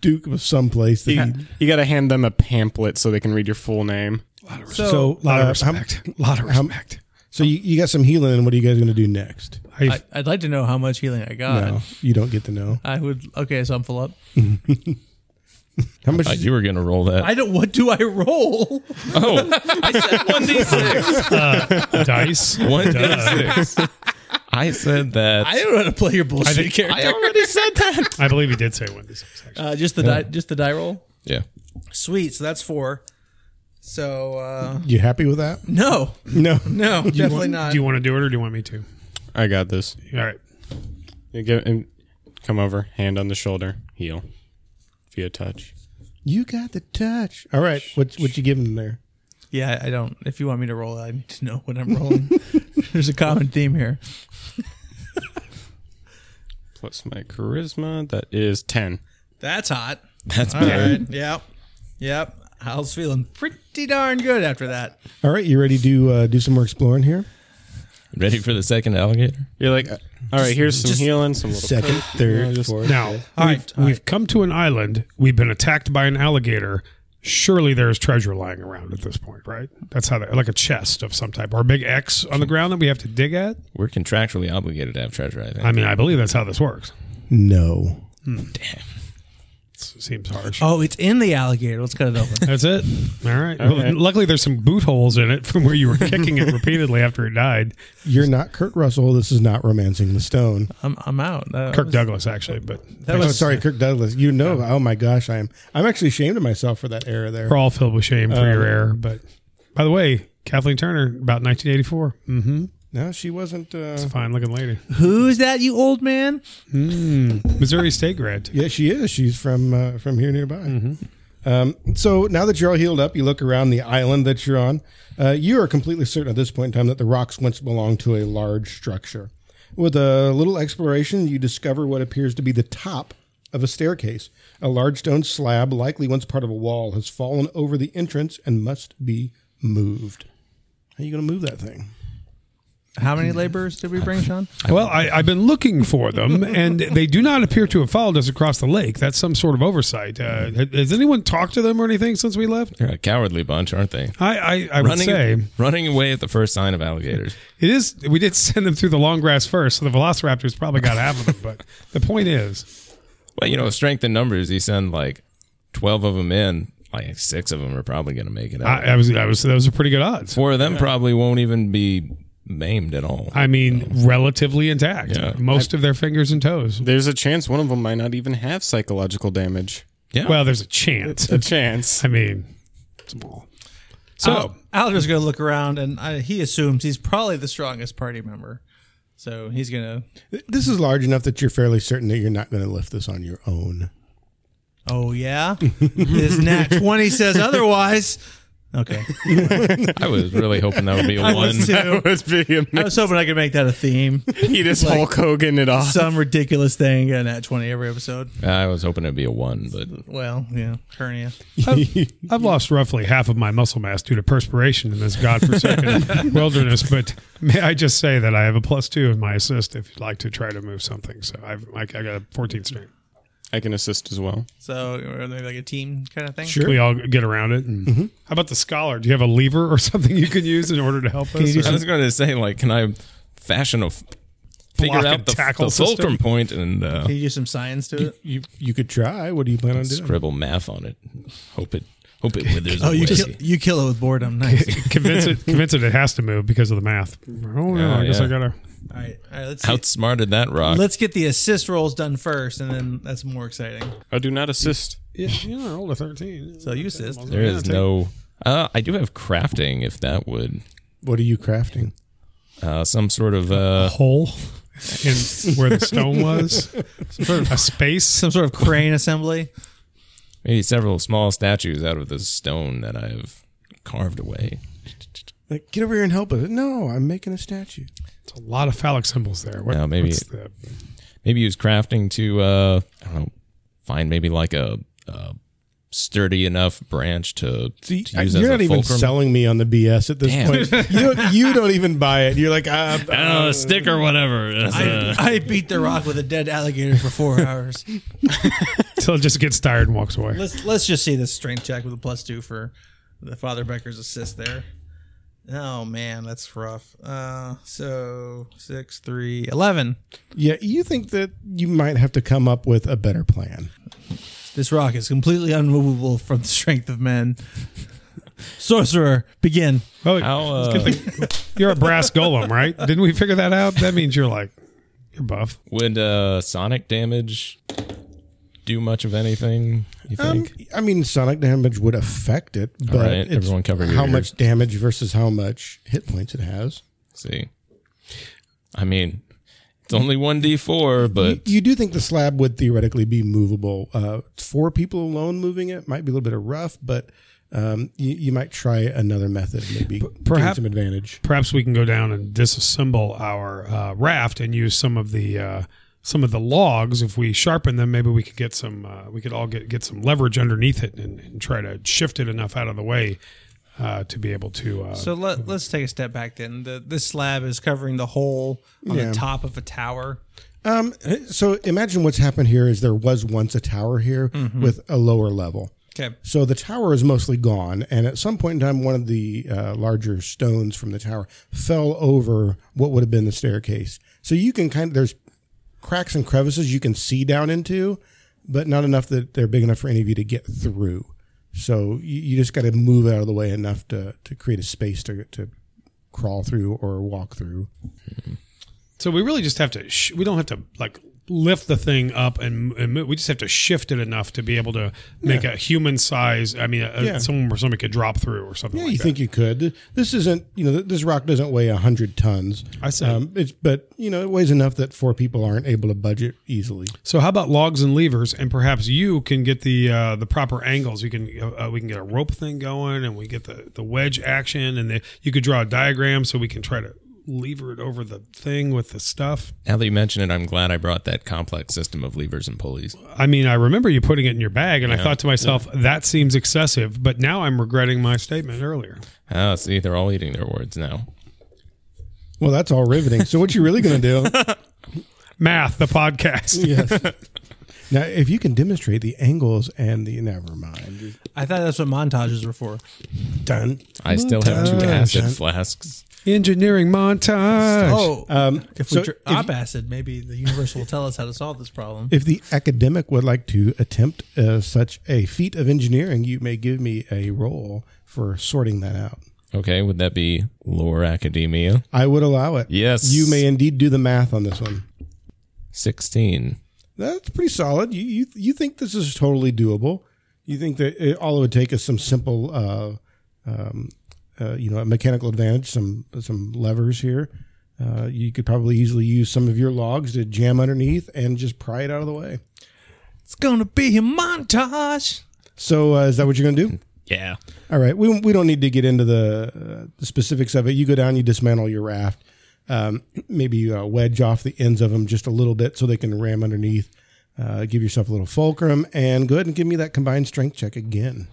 C: Duke of someplace. That
F: You,
C: he-
F: you gotta hand them a pamphlet so they can read your full name.
A: So,
C: so,
E: lot of
C: uh, how-
E: respect. lot of
C: how-
E: respect.
C: so you, you got some healing, and what are you guys going to do next?
A: I, uh, I'd like to know how much healing I got.
C: No, you don't get to know.
A: I would. Okay, so I'm full up.
C: How much?
D: Uh, you were gonna roll that.
A: I don't. What do I roll?
D: oh,
A: I said one d six.
E: dice.
D: one d six. I said that.
A: I don't know how to play your bullshit character.
D: I already said that.
E: I believe he did say one. This actually.
A: Uh, just the die, just the die roll.
D: Yeah.
A: Sweet. So that's four. So uh,
C: you happy with that?
A: no,
C: No.
A: no,
E: Do you
A: definitely
E: want-
A: not.
E: Do you want to do it or do you want me to?
F: I got this.
E: All right.
F: You give and come over, hand on the shoulder, heal via touch.
C: You got the touch. All right. What what you giving there?
A: yeah, I don't. If you want me to roll, I need to know what I'm rolling. There's a common theme here.
F: Plus my charisma, that is ten.
A: That's hot.
D: That's
A: All
D: better.
A: right. Yep. Yep. Hal's feeling pretty darn good after that.
C: All right. You ready to uh, do some more exploring here?
D: Ready for the second alligator?
F: You're like, uh, all right, here's some
A: just-
F: healing, some little
C: Second, third, fourth.
E: Now,
A: All
E: we've,
A: right, all
E: we've come to an island. We've been attacked by an alligator. Surely there's treasure lying around at this point, right? That's how, that, like a chest of some type or a big X on the ground that we have to dig at.
D: We're contractually obligated to have treasure. I think.
E: I mean, I believe that's how this works.
C: No.
E: Seems harsh.
A: Oh, it's in the alligator. Let's cut it open.
E: That's it. All right. Well, luckily, there's some boot holes in it from where you were kicking it repeatedly after it died.
C: You're not Kurt Russell. This is not Romancing the Stone.
A: I'm, I'm out. Uh, That
E: Kirk
A: was-
E: Douglas, actually, but
A: That
C: oh,
A: was
C: sorry, Kirk Douglas. You know, oh my gosh, I'm I'm actually ashamed of myself for that error there.
E: we're all filled with shame for your error. But by the way, Kathleen Turner, about 1984. Mm-hmm.
C: No, she wasn't. Uh,
E: Fine looking lady.
A: Who's that, you old man?
E: Missouri State grad.
C: yeah, she is. She's from uh, from here nearby. Um, so now that you're all healed up, you look around the island that you're on. Uh, you are completely certain at this point in time that the rocks once belonged to a large structure. With a little exploration, you discover what appears to be the top of a staircase. A large stone slab, likely once part of a wall, has fallen over the entrance and must be moved. How are you going to move that thing?
A: How many laborers did we bring, Sean?
E: Well, I, I've been looking for them, and they do not appear to have followed us across the lake. That's some sort of oversight. Uh, ha- has anyone talked to them or anything since we left?
D: They're a cowardly bunch, aren't they?
E: I, I, I would
D: Running,
E: say
D: running away at the first sign of alligators.
E: it is. We did send them through the long grass first, so the velociraptors probably got half of them. But the point is,
D: Well, you know, strength in numbers. You send like twelve of them in. like six of them are probably going to make it out.
E: I, I was, I was, that was a pretty good odds.
D: Four of them probably won't even be maimed at all.
E: I mean, relatively intact.
D: Yeah.
E: Most of their fingers and toes.
F: There's a chance one of them might not even have psychological damage.
D: yeah.
E: Well, there's a chance.
F: A chance.
E: I mean, it's a ball.
A: So
E: So
A: Alder's going to look around, and I, he assumes he's probably the strongest party member. So he's going to.
C: This is large enough that you're fairly certain that you're not going to lift this on your own.
A: Oh yeah, his nat twenty says otherwise. Okay,
D: I was really hoping that would be a
A: I
D: one.
A: was too.
F: That's big.
A: I was hoping I could make that a theme.
F: He just Hulk Hogan it off.
A: Some ridiculous thing a nat twenty every episode.
D: I was hoping it'd be a one, but
A: Well, yeah, hernia.
E: I've lost roughly half of my muscle mass due to perspiration in this godforsaken wilderness, but may I just say that I have a plus two in my assist if you'd like to try to move something. So I've like I got a 14 string.
F: I can assist as well.
A: So or maybe like a team kind of thing.
E: Can we all get around it? And How about the scholar? Do you have a lever or something you can use in order to help us?
D: I
E: or-
D: was going to say, like, can I fashion a f- figure
E: Block
D: out
E: and
D: the,
E: tackle
D: the
E: system?
D: fulcrum point and uh,
A: Can you do some science to it?
C: You you could try. What do you plan on doing?
D: scribble math on it? Hope it hope it withers
A: Oh,
D: away.
A: you kill, you kill it with boredom. Nice.
E: convince it convince it it has to move because of the math. Oh no,
D: Yeah,
E: I guess
D: yeah.
E: I gotta
A: all right, all right. Let's see.
D: Outsmarted that rock.
A: let's get the assist rolls done first, and then that's more exciting.
F: I do not assist.
E: yeah, you know, roll a thirteen.
A: So you assist.
D: there is no. Uh, I do have crafting, if that would
C: What are you crafting?
D: uh, some sort of uh,
E: hole in where the stone was. Sort of a space.
A: Some sort of crane assembly.
D: maybe several small statues out of the stone that I've carved away.
C: Like, get over here and help us. No, I'm making a statue.
E: It's a lot of phallic symbols there. What,
D: Yeah, maybe-
E: what's the-
D: Maybe use crafting to uh, I don't know, find maybe like a, a sturdy enough branch to,
C: See,
D: to use as
C: you're
D: a
C: not even
D: fulcrum.
C: selling me on the BS at this
D: Damn.
C: point. you, don't, you don't even buy it. You're like, uh,
D: I don't know, a stick or whatever. uh,
A: I, I beat the rock with a dead alligator for four hours.
E: Till it just gets tired and walks away.
A: Let's let's just see this strength check with a plus two for the Father Becker's assist there. Oh man, that's rough. Uh, so six, three, eleven.
C: yeah. You think that you might have to come up with a better plan.
A: This rock is completely unmovable from the strength of men. Sorcerer, begin.
E: Oh,
D: How, uh,
E: you're a brass golem, right? Didn't we figure that out? That means you're like you're buff.
D: would uh, sonic damage do much of anything? You
C: Um,
D: think?
C: I mean, sonic damage would affect it, but
D: right,
C: it's
D: everyone cover your
C: how
D: ears.
C: much damage versus how much hit points it has.
D: See, I mean, it's only one d four, but
C: you do think the slab would theoretically be movable. Uh, four people alone moving it might be a little bit of rough, but um, you, you might try another method, maybe
E: perhap-
C: gain some advantage.
E: Perhaps we can go down and disassemble our uh, raft and use some of the uh, some of the logs. If we sharpen them, maybe we could get some. Uh, we could all get get some leverage underneath it and, and try to shift it enough out of the way uh, to be able to. Uh,
A: So let, let's take a step back then. The, this slab is covering the hole on
C: Yeah.
A: the top of a tower.
C: Um, so imagine what's happened here is there was once a tower here with a lower level.
A: Okay.
C: So the tower is mostly gone, and at some point in time, one of the uh, larger stones from the tower fell over what would have been the staircase. So you can kind of there's cracks and crevices you can see down into, but not enough that they're big enough for any of you to get through. So you, you just got to move out of the way enough to to create a space to to crawl through or walk through.
E: So we really just have to. Sh- we don't have to like lift the thing up and, and move. we just have to shift it enough to be able to make a human size. I mean, a,
C: Yeah.
E: someone where somebody could drop through or something.
C: Yeah,
E: like
C: you
E: that.
C: think you could. This isn't, you know, th- this rock doesn't weigh 100 tons.
E: I see.
C: it's, but, you know, it weighs enough that four people aren't able to budget easily.
E: So how about logs and levers, and perhaps you can get the uh, the proper angles. You can uh, uh, we can get a rope thing going, and we get the, the wedge action, and the, you could draw a diagram so we can try to lever it over the thing with the stuff.
D: now that you mention it, I'm glad I brought that complex system of levers and pulleys.
E: I mean, I remember you putting it in your bag, and I thought to myself, that seems excessive. But now I'm regretting my statement earlier.
D: Ah, see, they're all eating their words now.
C: Well, that's all riveting. So, what you really going to do?
E: Math, the podcast.
C: yes. Now, if you can demonstrate the angles and the never mind.
A: I thought that's what montages were for.
C: Done.
D: I still have two
C: Montage.
D: acid flasks.
E: Engineering montage.
A: Oh,
C: Um,
A: if we
C: so
A: dr-
C: if-
A: op acid, maybe the universe will tell us how to solve this problem.
C: If the academic would like to attempt uh, such a feat of engineering, you may give me a roll for sorting that out.
D: Okay, would that be lore academia?
C: I would allow it.
D: Yes.
C: You may indeed do the math on this one.
D: 16.
C: That's pretty solid. You you, you think this is totally doable? You think that it, all it would take is some simple, uh, um, uh, you know, a mechanical advantage, some some levers here. Uh, you could probably easily use some of your logs to jam underneath and just pry it out of the way.
A: It's gonna be a montage.
C: So uh, is that what you're going to do?
D: Yeah.
C: All right, we, we don't need to get into the, uh, the specifics of it. You go down, you dismantle your raft. Um, maybe you uh, wedge off the ends of them just a little bit so they can ram underneath. Uh, give yourself a little fulcrum and go ahead and give me that combined strength check again.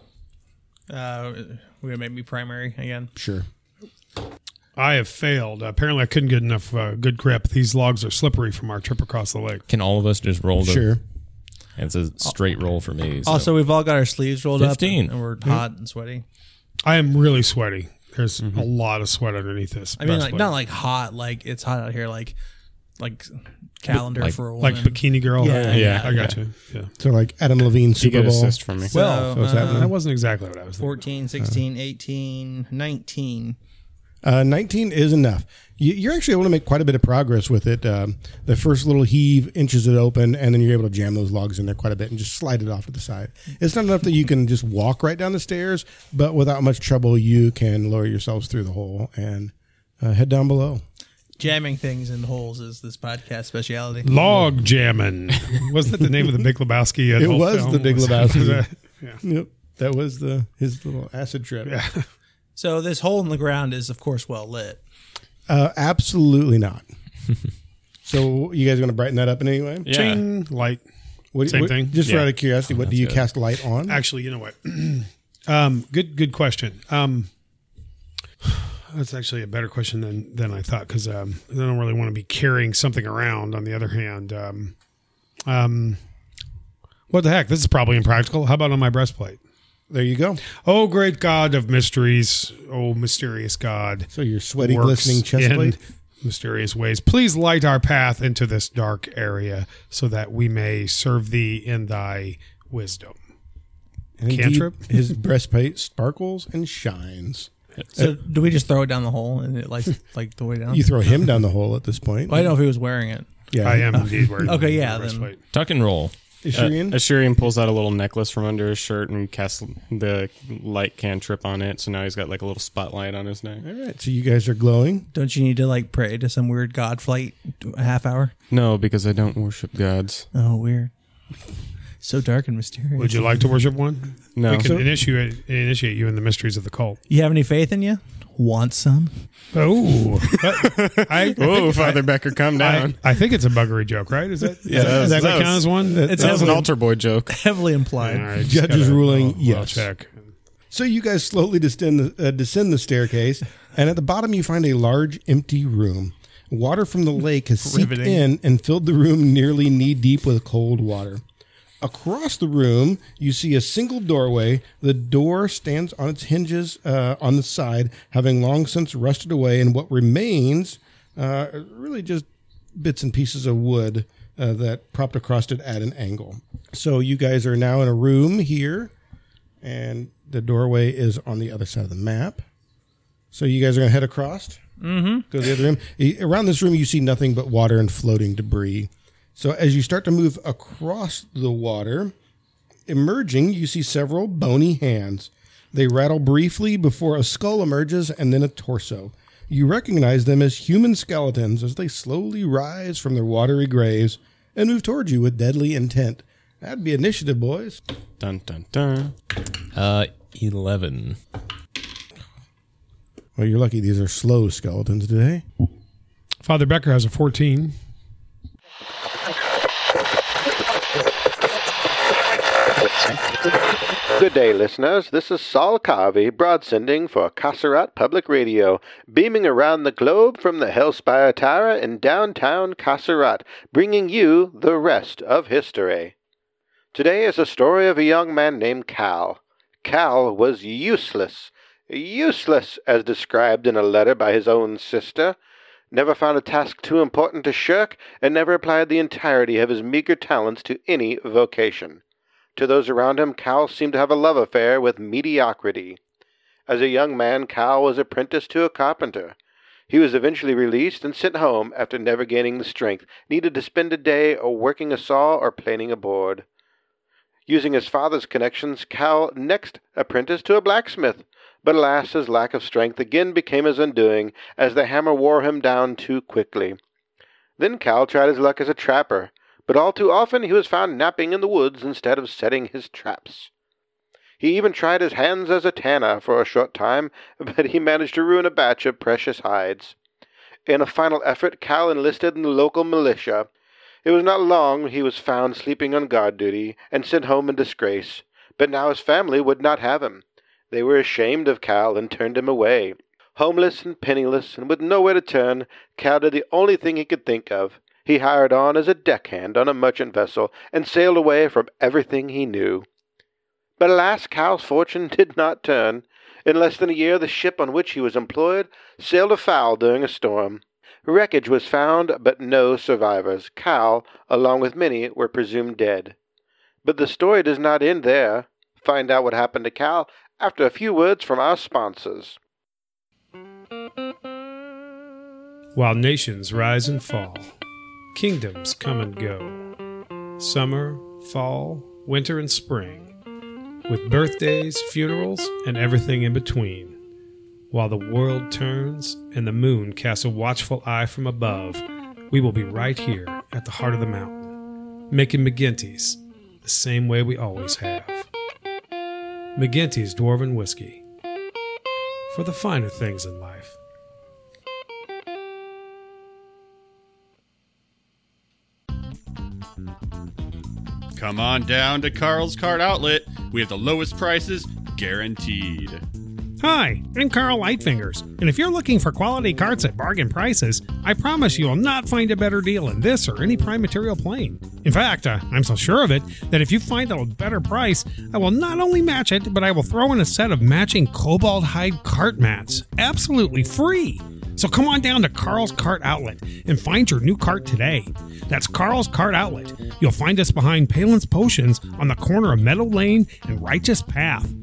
A: Uh, we're gonna make me primary again.
C: Sure.
E: I have failed. Apparently, I couldn't get enough uh, good grip. These logs are slippery from our trip across the lake.
D: Can all of us just roll the.
C: Sure.
D: It's a straight roll for me. so-
A: Also, we've all got our sleeves rolled up
D: 15.
A: and- and we're hot and sweaty.
E: I am really sweaty. There's
C: Mm-hmm.
E: a lot of sweat underneath this.
A: I mean, like
E: breastplate.
A: not like hot, like it's hot out here, like like calendar
D: Like-
A: for a woman.
E: like bikini girl.
A: Yeah, yeah,
E: I got you. Yeah,
C: So like Adam Levine
F: You
C: Super
F: get
C: Bowl.
F: assist from me.
A: So,
C: So what's
A: uh,
C: happening?
E: that wasn't exactly what I was. Thinking.
A: 14, 16, 18, 19.
C: Uh, 19 is enough. You- You're actually able to make quite a bit of progress with it. Um, the first little heave inches it open, and then you're able to jam those logs in there quite a bit and just slide it off to the side. It's not enough that you can just walk right down the stairs, but without much trouble, you can lower yourselves through the hole and uh, head down below.
A: Jamming things in holes is this podcast speciality.
E: Log jamming. wasn't that the name of the Big Lebowski? uh,
C: It
E: whole
C: was
E: film?
C: the Big Lebowski.
E: yeah.
C: Yep, that was the his little acid trip.
A: So this hole in the ground is, of course, well lit.
C: Uh, absolutely not. so you guys going to brighten that up in any way?
F: Yeah.
E: Ching, light.
C: What,
E: Same
C: what-
E: thing?
C: Just
F: Yeah.
C: out of curiosity, what do you cast light on?
E: Actually, you know what? um, good, good question. Um, that's actually a better question than than I thought because um, I don't really want to be carrying something around. On the other hand, um, um, what the heck? This is probably impractical. How about on my breastplate?
C: There you go.
E: Oh, great God of mysteries! Oh, mysterious God!
C: So your sweaty,
E: works
C: glistening chest
E: in
C: plate.
E: Mysterious ways. Please light our path into this dark area so that we may serve thee in thy wisdom.
C: And indeed,
E: Cantrip?
C: his breastplate sparkles and shines.
A: So do we just throw it down the hole and it like like the way down?
C: You throw him down the hole at this point.
A: Well, I don't know if he was wearing it.
C: Yeah,
E: I am indeed wearing
A: Okay,
E: my
A: yeah, then.
E: breastplate.
D: Tuck and roll.
F: Uh,
C: Ishurian?
F: Ashurian pulls out a little necklace from under his shirt and casts the light cantrip on it. So now he's got like a little spotlight on his neck.
C: All right, so you guys are glowing.
A: Don't you need to like pray to some weird god flight a half hour?
F: No, because I don't worship gods.
A: Oh, weird. So dark and mysterious.
E: Would you like to worship one?
F: No.
E: We can initiate, initiate you in the mysteries of the cult.
A: You have any faith in you? Want some?
E: Oh, I,
F: Oh, Father Becker, come
E: I,
F: down.
E: I think it's a buggery joke, right? Is that,
F: Yeah,
E: is that,
F: that
E: does that,
F: was- that
E: count
F: was-
E: as
A: It's
E: one?
F: that was an
A: heavily,
F: altar boy joke.
A: heavily implied.
E: All right, just
C: Judge's
E: gotta-
C: ruling,
E: I'll- I'll
C: yes.
E: check.
C: So you guys slowly descend the, uh, descend the staircase, and at the bottom you find a large empty room. Water from the lake has seeped
A: Riveting.
C: in and filled the room nearly knee deep with cold water. Across the room, you see a single doorway. The door stands on its hinges uh, on the side, having long since rusted away, and what remains uh, are really just bits and pieces of wood uh, that propped across it at an angle. So you guys are now in a room here and the doorway is on the other side of the map. So you guys are gonna head across, mm-hmm. go to the other room. E- Around this room, you see nothing but water and floating debris. So as you start to move across the water, emerging, you see several bony hands. They rattle briefly before a skull emerges and then a torso. You recognize them as human skeletons as they slowly rise from their watery graves and move towards you with deadly intent. That'd be initiative, boys.
F: Dun dun dun.
D: Uh, 11.
C: Well, you're lucky these are slow skeletons today.
E: Father Becker has a 14.
G: Good day, listeners. This is Saul Carvey, broadsending for Kasserat Public Radio, beaming around the globe from the Hellspire Tower in downtown Kasserat, bringing you the rest of history. Today is a story of a young man named Cal. Cal was useless. Useless, as described in a letter by his own sister. Never found a task too important to shirk, and never applied the entirety of his meager talents to any vocation. To those around him, Cal seemed to have a love affair with mediocrity. As a young man, Cal was apprenticed to a carpenter. He was eventually released and sent home after never gaining the strength needed to spend a day or working a saw or planing a board. Using his father's connections, Cal next apprenticed to a blacksmith. But alas, his lack of strength again became his undoing, as the hammer wore him down too quickly. Then Cal tried his luck as a trapper, but all too often he was found napping in the woods instead of setting his traps. He even tried his hands as a tanner for a short time, but he managed to ruin a batch of precious hides. In a final effort, Cal enlisted in the local militia. It was not long he was found sleeping on guard duty and sent home in disgrace, but now his family would not have him. They were ashamed of Cal and turned him away. Homeless and penniless and with nowhere to turn, Cal did the only thing he could think of. He hired on as a deckhand on a merchant vessel and sailed away from everything he knew. But alas, Cal's fortune did not turn. In less than a year, the ship on which he was employed sailed afoul during a storm. Wreckage was found, but no survivors. Cal, along with many, were presumed dead. But the story does not end there. Find out what happened to Cal after a few words from our sponsors.
E: While nations rise and fall, kingdoms come and go. Summer, fall, winter, and spring. With birthdays, funerals, and everything in between. While the world turns and the moon casts a watchful eye from above, we will be right here at the heart of the mountain, making McGinty's the same way we always have. McGinty's Dwarven Whiskey. For the finer things in life.
H: Come on down to Carl's Card Outlet. We have the lowest prices guaranteed.
E: Hi, I'm Carl Lightfingers, and if you're looking for quality carts at bargain prices, I promise you'll not find a better deal in this or any prime material plane. In fact, uh, I'm so sure of it that if you find a better price, I will not only match it, but I will throw in a set of matching cobalt hide cart mats, absolutely free. So come on down to Carl's Cart Outlet and find your new cart today. That's Carl's Cart Outlet. You'll find us behind Palin's Potions on the corner of Meadow Lane and Righteous Path.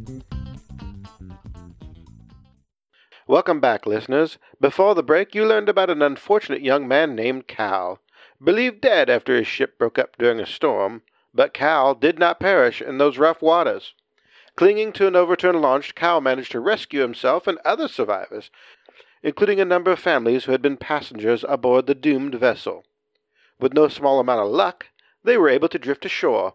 G: Welcome back, listeners. Before the break, you learned about an unfortunate young man named Cal, believed dead after his ship broke up during a storm, but Cal did not perish in those rough waters. Clinging to an overturned launch, Cal managed to rescue himself and other survivors, including a number of families who had been passengers aboard the doomed vessel. With no small amount of luck, they were able to drift ashore,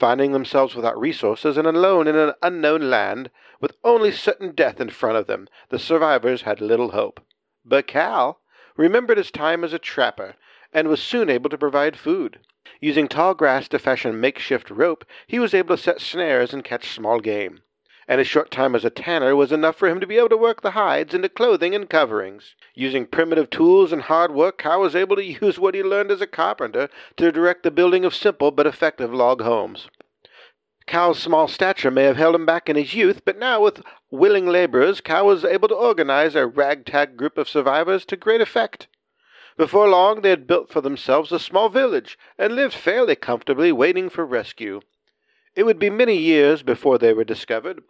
G: finding themselves without resources and alone in an unknown land, with only certain death in front of them, the survivors had little hope. But Cal remembered his time as a trapper and was soon able to provide food. Using tall grass to fashion makeshift rope, he was able to set snares and catch small game. And his short time as a tanner was enough for him to be able to work the hides into clothing and coverings. Using primitive tools and hard work, Cal was able to use what he learned as a carpenter to direct the building of simple but effective log homes. Cow's small stature may have held him back in his youth, but now with willing laborers, Cow was able to organize a ragtag group of survivors to great effect. Before long, they had built for themselves a small village and lived fairly comfortably, waiting for rescue. It would be many years before they were discovered.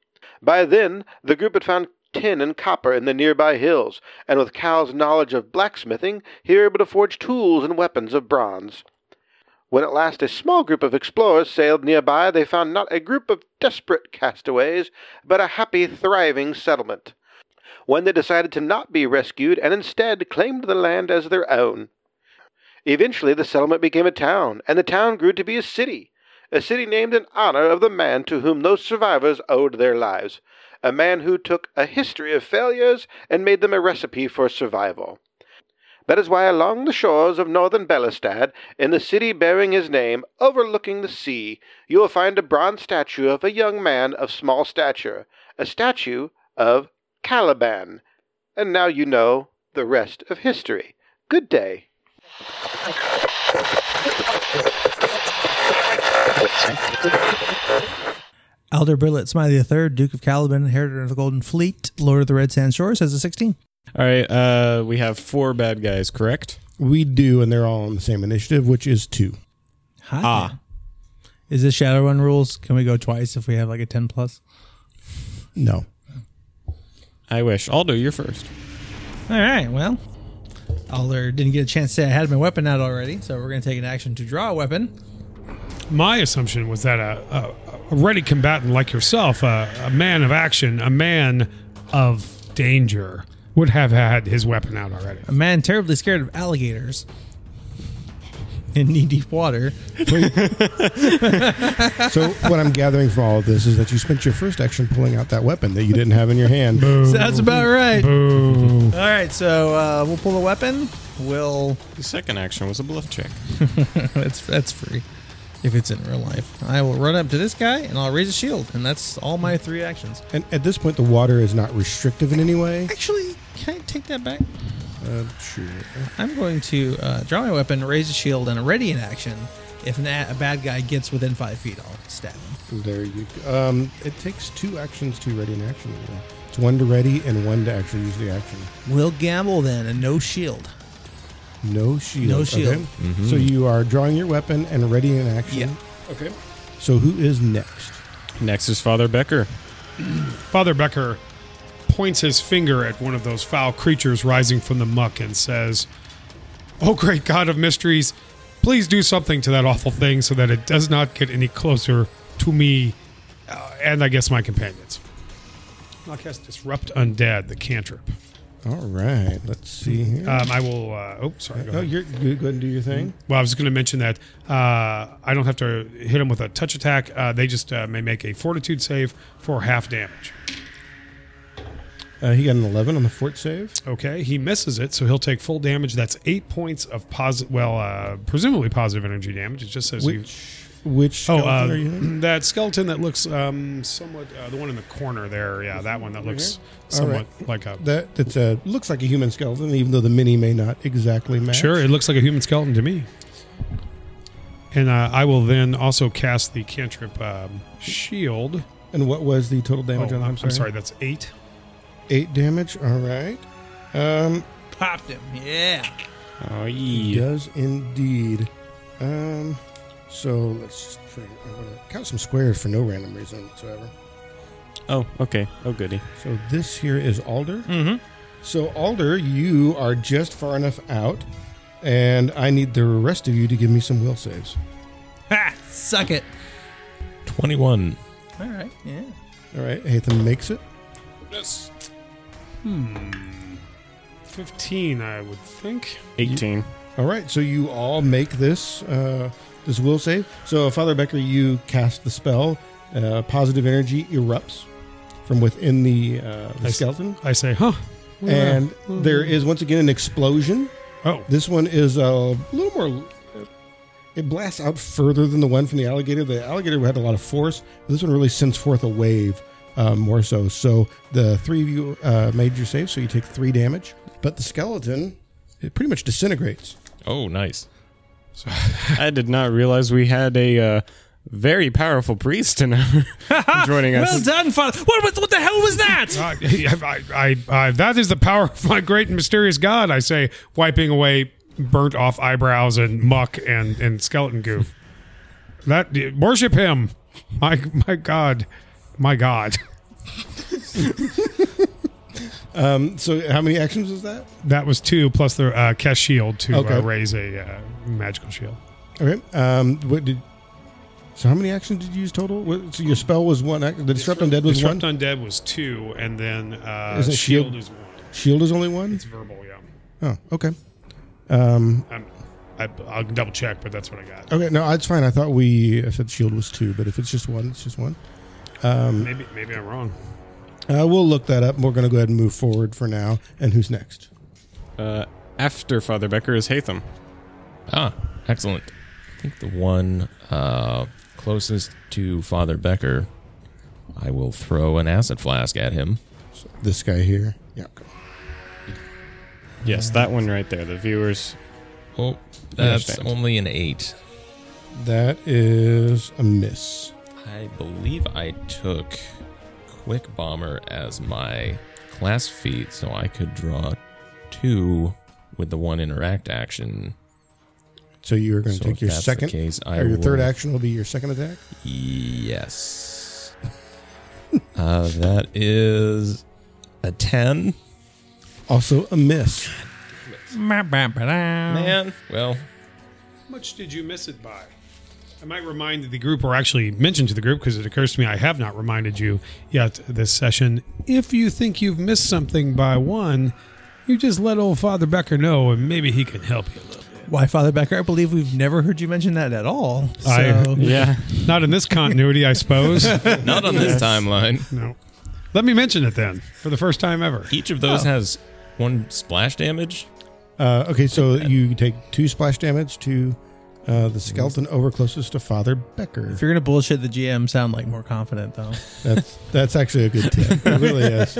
G: By then, the group had found tin and copper in the nearby hills, and with Cow's knowledge of blacksmithing, he was able to forge tools and weapons of bronze. When at last a small group of explorers sailed nearby, they found not a group of desperate castaways, but a happy, thriving settlement. One that decided to not be rescued and instead claimed the land as their own. Eventually, the settlement became a town, and the town grew to be a city, a city named in honor of the man to whom those survivors owed their lives, a man who took a history of failures and made them a recipe for survival. That is why along the shores of northern Belistad, in the city bearing his name, overlooking the sea, you will find a bronze statue of a young man of small stature, a statue of Caliban. And now you know the rest of history. Good day.
A: Elder Brillet Smiley III, Duke of Caliban, Inheritor of the Golden Fleet, Lord of the Red Sand Shores, has a 16.
F: All right, uh, we have four bad guys, correct?
C: We do, and they're all on the same initiative, which is two.
A: Hi.
E: Ah.
A: Is this Shadowrun rules? Can we go twice if we have like a 10 plus?
C: No.
F: I wish. Aldo, you're first.
A: All right, well, Elder didn't get a chance to say I had my weapon out already, so we're going to take an action to draw a weapon.
E: My assumption was that a, a, a ready combatant like yourself, a, a man of action, a man of danger, would have had his weapon out already.
A: A man terribly scared of alligators in knee deep water.
C: So what I'm gathering from all of this is that you spent your first action pulling out that weapon that you didn't have in your hand.
A: Sounds about right.
E: Boo.
A: All right, so uh, we'll pull a weapon. We'll
F: The second action was a bluff check.
A: that's that's free if it's in real life. I will run up to this guy and I'll raise a shield, and that's all my three actions.
C: And at this point, the water is not restrictive in any way.
A: Actually, can I take that back?
C: Uh, sure.
A: I'm going to uh, draw my weapon, raise a shield, and ready in action. If an a, a bad guy gets within five feet, I'll stab him.
C: There you go. Um, it takes two actions to ready an action. you know. It's one to ready and one to actually use the action.
A: We'll gamble then, and no shield.
C: No shield.
A: No shield. Mm-hmm.
C: Okay? So you are drawing your weapon and ready an action.
A: Yeah.
C: Okay. So who is next?
F: Next is Father Becker.
E: Father Becker points his finger at one of those foul creatures rising from the muck and says, Oh, great God of mysteries, please do something to that awful thing so that it does not get any closer to me uh, and I guess my companions. I'll cast Disrupt Undead, the cantrip.
C: All right. Let's see here.
E: Um, I will. Uh, oh, sorry.
C: oh,
E: Go ahead.
C: you're, you go ahead and do your thing.
E: Well, I was going to mention that uh, I don't have to hit them with a touch attack. Uh, they just uh, may make a fortitude save for half damage.
C: Uh, he got an 11 on the fort save.
E: Okay, he misses it, so he'll take full damage. That's eight points of positive, well, uh, presumably positive energy damage. It just says you.
C: Which which
E: Oh,
C: skeleton
E: uh,
C: are you in?
E: that skeleton that looks um, somewhat uh, the one in the corner there. Yeah, that one that looks
C: All
E: somewhat
C: right.
E: like a.
C: That it's a looks like a human skeleton, even though the mini may not exactly match.
E: Sure, it looks like a human skeleton to me. And uh, I will then also cast the cantrip um, shield.
C: And what was the total damage
E: Oh,
C: on? it?
E: I'm, I'm sorry, that's eight.
C: Eight damage. All right. Um,
A: Popped him. Yeah.
F: Oh,
C: he
F: yeah.
C: does indeed. Um, so let's just try, I want to count some squares for no random reason whatsoever.
F: Oh, okay. Oh, goody.
C: So this here is Alder.
E: Mm-hmm.
A: Mhm.
C: So Alder, you are just far enough out, and I need the rest of you to give me some will saves.
A: Ha! Suck it.
D: 21.
A: All right. Yeah.
C: All right, Hathan makes it.
F: Yes.
E: Fifteen, I would think.
F: 18.
C: All right, so you all make this uh, this will save. So, Father Becker, you cast the spell. Uh, positive energy erupts from within the, uh, the
E: I s-
C: skeleton,
E: I say, huh?
C: and there is once again an explosion.
E: Oh,
C: This one is uh, a little more. uh, It blasts out further than the one from the alligator. The alligator had a lot of force. But this one really sends forth a wave uh, more so. So the three of you uh, made your save, so you take three damage. But the skeleton, it pretty much disintegrates.
D: Oh, nice.
F: I did not realize we had a uh, very powerful priest in our joining us.
A: Well done, Father. What, what, what the hell was that?
E: I, I, I, I, that is the power of my great and mysterious God. I say, wiping away burnt off eyebrows and muck and, and skeleton goof. That worship him, my my God, my God.
C: So how many actions was that?
E: That was two plus the uh, cast shield to
C: Okay.
E: uh, raise a uh, magical shield.
C: Okay. Um, what did? So how many actions did you use total? What, so your spell was one. Act, the disrupt undead was
E: Disrupt
C: one.
E: undead was two, and then uh,
C: Isn't
E: shield,
C: it shield-
E: is one.
C: Shield is only one.
E: It's verbal, yeah.
C: Oh, okay.
E: I'm, I, I'll double check, but that's what I got.
C: Okay, no, that's fine. I thought we I said shield was two, but if it's just one, it's just one.
E: Maybe maybe I'm wrong.
C: Uh, we'll look that up. We're going to go ahead and move forward for now. And who's next?
F: Uh, after Father Becker is Hatham.
D: Ah, excellent. I think the one uh, closest to Father Becker, I will throw an acid flask at him.
C: This guy here. Yeah. okay.
F: Yes, that one right there. The viewers.
D: Oh, that's
F: Understand.
D: only an eight.
C: That is a miss.
D: I believe I took Quick Bomber as my class feat, so I could draw two with the one interact action.
C: So you're going to
D: So
C: take
D: if
C: your
D: that's the
C: second,
D: case, I
C: or your third
D: will-
C: action will be your second attack.
D: Yes. uh, that is a 10.
C: Also a miss.
D: Man. Well,
E: How much did you miss it by? I might remind the group, or actually mention to the group, because it occurs to me I have not reminded you yet this session. If you think you've missed something by one, you just let old Father Becker know, and maybe he can help you a little bit.
A: Why, Father Becker? I believe we've never heard you mention that at all. So,
E: I-
F: Yeah.
E: Not in this continuity, I suppose.
D: not on this timeline.
E: no. Let me mention it then, for the first time ever.
D: Each of those has one splash damage.
C: Uh, okay, so you take two splash damage to uh, the skeleton over closest to Father Becker.
A: if you're gonna bullshit the GM, sound like more confident though.
C: That's that's actually a good tip. It really is.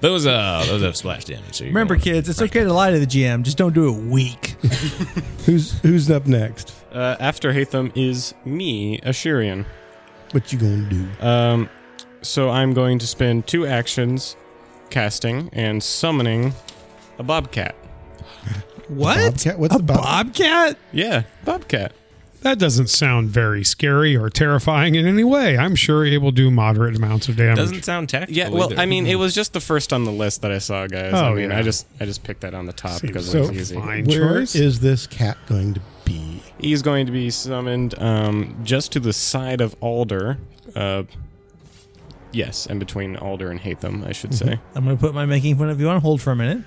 D: Those uh, those have splash damage. so you're
A: Remember,
D: going-
A: kids, it's okay to lie to the GM. Just don't do it weak.
C: Who's who's up next?
F: Uh, after Hatham is me, Ashurian.
C: What you gonna do?
D: Uh,
F: Um, so I'm going to spend two actions casting and summoning a bobcat.
A: What?
C: Bobcat? What's
A: a
C: the bob-
A: bobcat?
F: Yeah, bobcat.
E: That doesn't sound very scary or terrifying in any way. I'm sure it will do moderate amounts of damage.
D: Doesn't sound tactical.
F: Yeah, well,
D: either.
F: I mean, it was just the first on the list that I saw, guys.
E: Mm-hmm. Oh,
F: I mean,
E: yeah.
F: I just I just picked that on the top
E: Seems
F: because it
E: so
F: was easy.
E: fine.
C: Where
E: Fine
C: is
E: choice.
C: this cat going to be?
F: He's going to be summoned um, just to the side of Alder. Uh, yes, and between Alder and Hatham, I should say.
A: I'm gonna put my making fun of you on hold for a minute,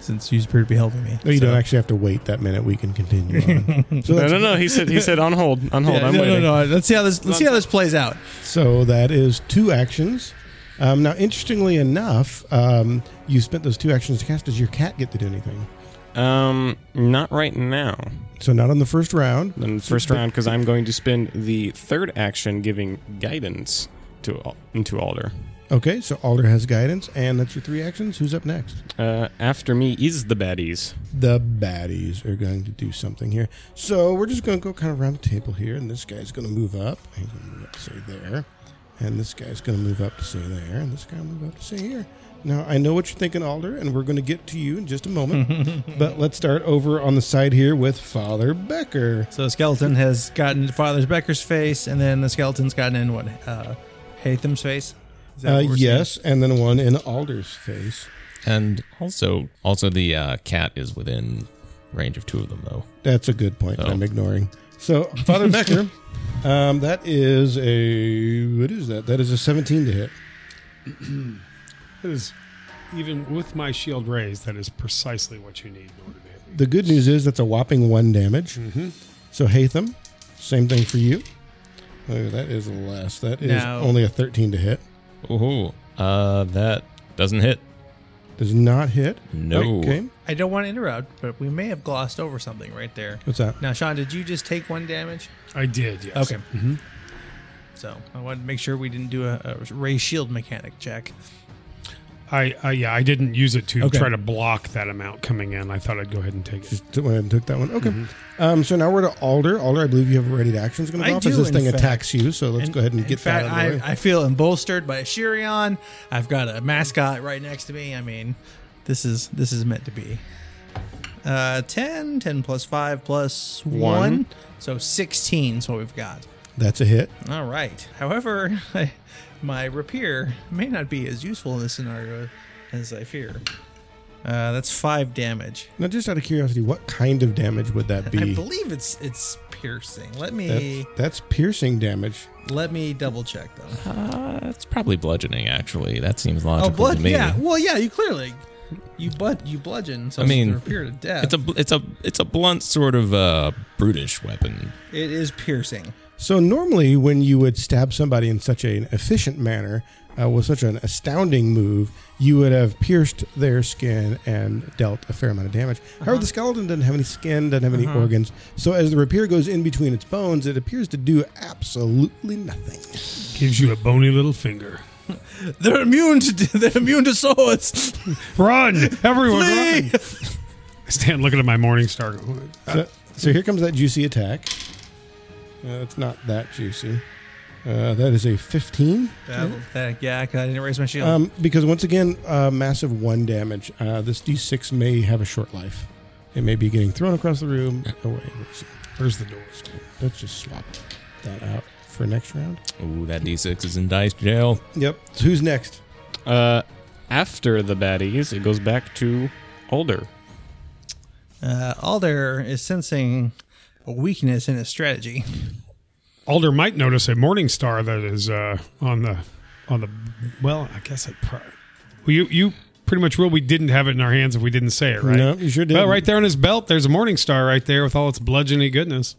A: since you appear to be helping me.
C: No, you
A: So-
C: don't actually have to wait that minute. We can continue on. So,
F: No,
C: that's-
F: no, no. He said he said on hold, on hold.
A: Yeah,
F: I'm
A: no,
F: waiting.
A: no, no. Let's see how this. Let's see how this plays out.
C: so that is two actions. Um, now, interestingly enough, um, you spent those two actions to cast. Does your cat get to do anything?
F: Um, not right now.
C: So not on the first round.
F: Then first round because I'm going to spend the third action giving guidance to Al- to Alder.
C: Okay, so Alder has guidance, and that's your three actions. Who's up next?
F: Uh, after me is the baddies.
C: the baddies are going to do something here. So we're just going to go kind of around the table here, and this guy's going to move up. He's going to move up to say there, and this guy's going to move up to say there, and this guy will move up to say here. Now I know what you're thinking, Alder, and we're going to get to you in just a moment. but let's start over on the side here with Father Becker.
A: So skeleton has gotten Father Becker's face, and then the skeleton's gotten in what uh, Hatham's face. Is that
C: Uh,
A: what we're seeing?
C: yes, and then one in Alder's face.
D: and also also the uh, cat is within range of two of them though.
C: That's a good point. that
A: Oh.
C: I'm ignoring. So Father Becker, um, that is a what is that? That is a 17 to hit.
E: That is, even with my shield raised, that is precisely what you need in order to hit me.
C: The good news is that's a whopping one damage. So Hatham, same thing for you. Oh, that is less. That is
A: Now-
C: only a thirteen to hit.
D: Ooh, uh, that doesn't hit.
C: Does not hit.
D: No.
C: Okay.
A: I don't want to interrupt, but we may have glossed over something right there.
C: What's that?
A: Now, Sean, did you just take one damage?
E: I did, yes.
A: Okay. So I wanted to make sure we didn't do a, a ray shield mechanic check.
E: I, I yeah, I didn't use it to
A: Okay.
E: try to block that amount coming in. I thought I'd go ahead and take it.
C: Just went ahead and took that one. Okay. Um, so now we're to Alder. Alder, I believe you have a ready to action. It's going to
A: I
C: go off as
A: do,
C: this
A: in
C: thing
A: fact.
C: attacks you. So let's go ahead and
A: in
C: get
A: fact,
C: that out of the way.
A: I, I feel bolstered by a Shirion. I've got a mascot right next to me. I mean, this is this is meant to be. Uh, 10, 10 plus 5 plus 1.
F: One.
A: So 16 is what we've got.
C: That's a hit.
A: All right. However, I, my rapier may not be as useful in this scenario as I fear. Uh, that's 5 damage.
C: Now, just out of curiosity, what kind of damage would that be?
A: I believe it's it's piercing. Let me
C: that's, that's piercing damage.
A: let me double check though.
D: Uh, it's probably bludgeoning. Actually, that seems
A: Oh,
D: logical
A: blood.
D: to me.
A: Yeah. Well, yeah. You clearly you but you bludgeon. So
D: I mean,
A: rapier to death.
D: It's a bl- it's a it's a blunt sort of uh, brutish weapon.
A: it is piercing.
C: So normally, when you would stab somebody in such an efficient manner uh, with such an astounding move, you would have pierced their skin and dealt a fair amount of damage. However, the skeleton doesn't have any skin, doesn't have any organs. So as the rapier goes in between its bones, it appears to do absolutely nothing.
E: Gives you a bony little finger.
A: They're immune to they're immune to swords.
E: Run, everyone!
A: Flee!
E: Run. I stand looking at my morning star. going,
C: So, So here comes that juicy attack. Uh, it's not that juicy. Uh, that is a 15.
A: That, that, yeah, 'cause I didn't raise my shield.
C: Um, because once again, uh, massive one damage. Uh, this D6 may have a short life. It may be getting thrown across the room. Oh, Away.
E: Where's the door?
C: Let's just swap that out for next round.
D: Ooh, that D6 is in dice jail.
C: Yep. So who's next?
F: Uh, after the baddies, it goes back to Alder.
A: Uh, Alder is sensing a weakness in his strategy.
E: Alder might notice a morning star that is uh, on the on the. Well, I guess it. Pro- well, you you pretty much ruled we didn't have it in our hands if we didn't say it, right?
C: No, you sure did.
E: Well, right there on his belt, there's a morning star right there with all its bludgeony goodness.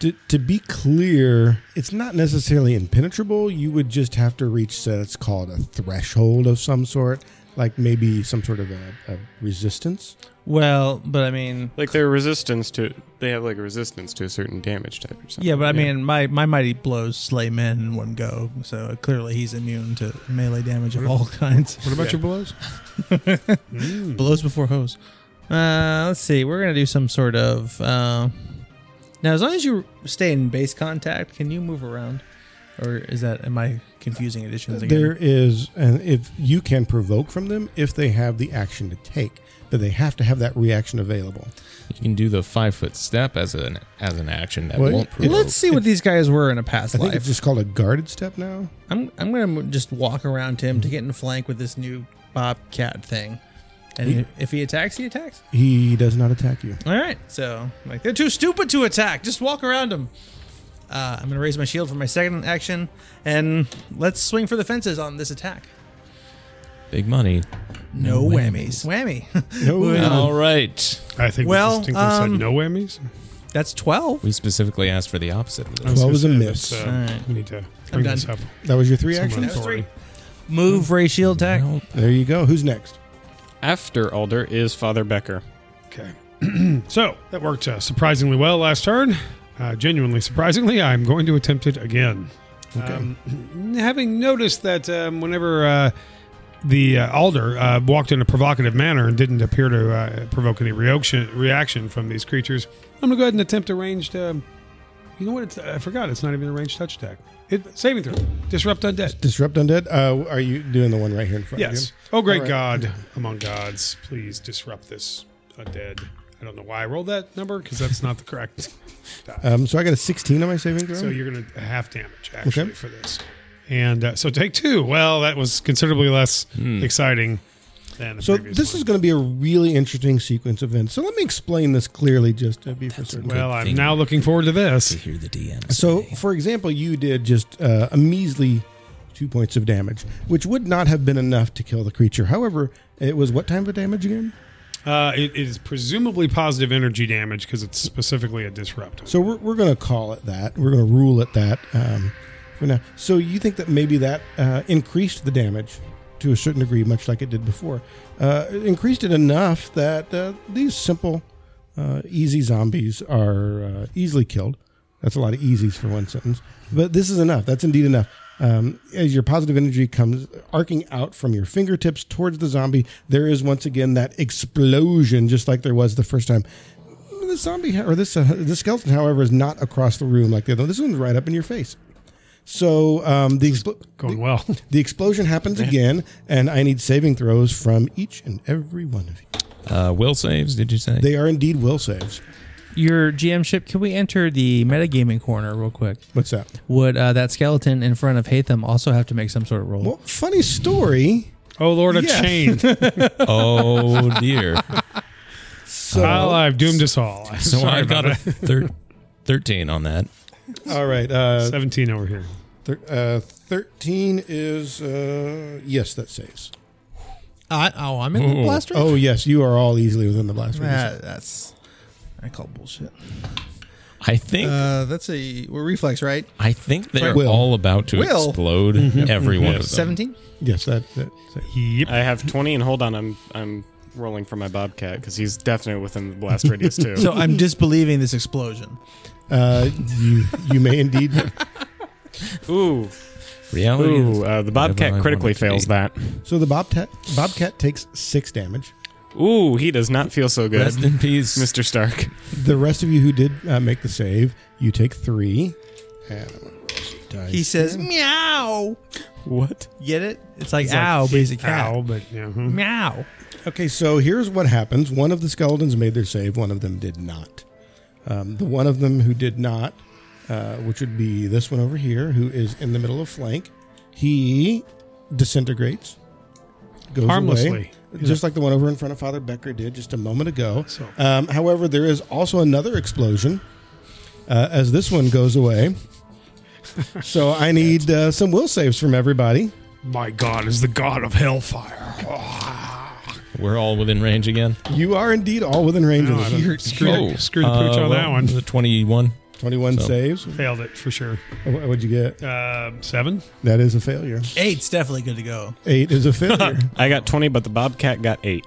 C: To, to be clear, it's not necessarily impenetrable. You would just have to reach, uh, it's called a threshold of some sort, like maybe some sort of a, a resistance.
A: Well, but I mean,
F: Like their resistance to, they have like a resistance to a certain damage type or something.
A: yeah, but I mean, my, my mighty blows slay men in one go, so clearly he's immune to melee damage of all kinds.
E: What about your blows?
A: Blows before hose. Uh, let's see. We're gonna do some sort of. Uh, now, as long as you stay in base contact, can you move around, or is that am I confusing additions again?
C: There is, and if you can provoke from them if they have the action to take, but they have to have that reaction available.
D: You can do the five foot step as an as an action that
C: Well,
D: won't
C: it-
D: provoke.
A: Let's see what these guys were in a past
C: I think
A: life.
C: it's just called a guarded step now.
A: I'm I'm gonna mo- just walk around Tim to get in flank with this new bobcat thing, and
C: Yeah.
A: if he attacks, he attacks.
C: He does not attack you.
A: All right, so like they're too stupid to attack. Just walk around them. Uh, I'm gonna raise my shield for my second action, and let's swing for the fences on this attack.
D: Big money.
A: No, whammies. Whammy.
C: No,
D: All right.
E: I think
A: Well,
E: we distinctly
A: um,
E: said no whammies.
A: That's twelve.
D: We specifically asked for the opposite of this.
E: was
C: Twelve is a
E: gonna say,
C: miss.
E: let's, uh,
A: Alright.
E: We need to bring
A: done.
E: this up.
C: that was your three actions.
E: Someone authority.
A: Move ray shield attack.
C: There you go. Who's next?
F: After Alder is Father Becker.
E: Okay. so that worked uh, surprisingly well last turn. Uh, genuinely surprisingly, I'm going to attempt it again. Um, having noticed that um, whenever uh, the uh, alder uh, walked in a provocative manner and didn't appear to uh, provoke any reaction reaction from these creatures, I'm going to go ahead and attempt a ranged. Um, you know what? It's, I forgot. It's not even a ranged touch attack. It, saving throw. Disrupt undead.
C: Disrupt Undead? Uh, are you doing the one right here in front of
E: Yes.
C: you?
E: Oh, great
C: All right.
E: God among gods, please disrupt this undead. I don't know why I rolled that number because that's not the correct.
C: Um, so I got a 16 on my saving throw.
E: so you're going to half damage actually
C: Okay.
E: for this. And uh, so take two. Well, that was considerably less
D: Hmm.
E: exciting than the
C: So
E: previous
C: this is going to be a really interesting sequence of events. So let me explain this clearly, just to be for certain.
E: Well, I'm now looking forward to this.
D: Hear the DM.
C: so for example, you did just uh, a measly two points of damage, which would not have been enough to kill the creature. However, it was what type of damage again?
E: Uh, it it is presumably positive energy damage because it's specifically a disrupt.
C: So we're, we're going to call it that. We're going to rule it that um, for now. So you think that maybe that uh, increased the damage to a certain degree, much like it did before. Uh, it increased it enough that uh, these simple, uh, easy zombies are uh, easily killed. That's a lot of easies for one sentence. But this is enough. That's indeed enough. Um, as your positive energy comes arcing out from your fingertips towards the zombie, there is once again that explosion, just like there was the first time the zombie or this uh, the skeleton, however, is not across the room like the other. one. This one's right up in your face. So um, the, expl-
E: Going well.
C: the explosion happens again, and I need saving throws from each and every one of you.
D: Uh, will saves, did you say?
C: They are indeed will saves.
A: Your GM ship. Can we enter the metagaming corner real quick?
C: What's that?
A: Would uh, that skeleton in front of Hatham also have to make some sort of roll?
C: Well, funny story.
E: Oh Lord, a
C: Yes.
E: chain!
D: oh, dear.
C: So,
E: well, I've doomed us all.
D: So
E: Sorry
D: I
E: about
D: got a
E: that.
D: thir- 13 on that.
C: all right. Uh,
E: seventeen over here.
C: thir- uh, Thirteen is uh, yes, that saves.
A: I, oh, I'm in the
D: Ooh.
A: blaster.
C: Oh yes, you are all easily within the blast radius.
A: that's I call bullshit.
D: I think
A: Uh, that's a well, reflex, right?
D: I think they're
C: Will.
D: all about to
A: Will.
D: explode every one of them.
A: Seventeen.
C: Yes, that, that saves.
E: Yep.
F: I have 20, and hold on, I'm I'm rolling for my Bobcat because he's definitely within the blast radius too.
A: So I'm disbelieving this explosion.
C: Uh, you you may indeed.
F: ooh,
D: Reality is-
F: ooh, uh,
D: oh, Whatever I
F: the Bobcat
D: want
F: critically
D: it to
F: fails
D: be.
F: that.
C: So the bobcat bobcat takes six damage.
F: Ooh, he does not feel so good.
D: Rest in peace,
F: Mr. Stark.
C: The rest of you who did uh, make the save, you take three. And dice.
A: He says, meow.
F: What?
A: Get it? It's like, ow, but mm-hmm. he's a cat.
E: Ow, but yeah. mhm.
A: Meow.
C: Okay, so here's what happens. One of the skeletons made their save, one of them did not. Um, the one of them who did not, uh, which would be this one over here, who is in the middle of flank, he disintegrates, goes
E: Harmlessly.
C: away, just like the one over in front of Father Becker did just a moment ago.
E: So-
C: Um, however, there is also another explosion uh, as this one goes away. so I need uh, some will saves from everybody.
E: My God is the God of hellfire. Oh,
D: We're all within range again.
C: You are indeed all within range
E: no, I
C: of the
E: don't- screw,
D: Oh,
E: screw the pooch
D: uh,
E: on that
D: well,
E: one.
D: The twenty-one.
C: 21
D: So-
C: saves.
E: Failed it for sure.
C: What would you get?
E: Uh, seven.
C: That is a failure.
A: Eight's definitely good to go.
C: Eight is a failure.
F: I got 20, but the Bobcat got 8.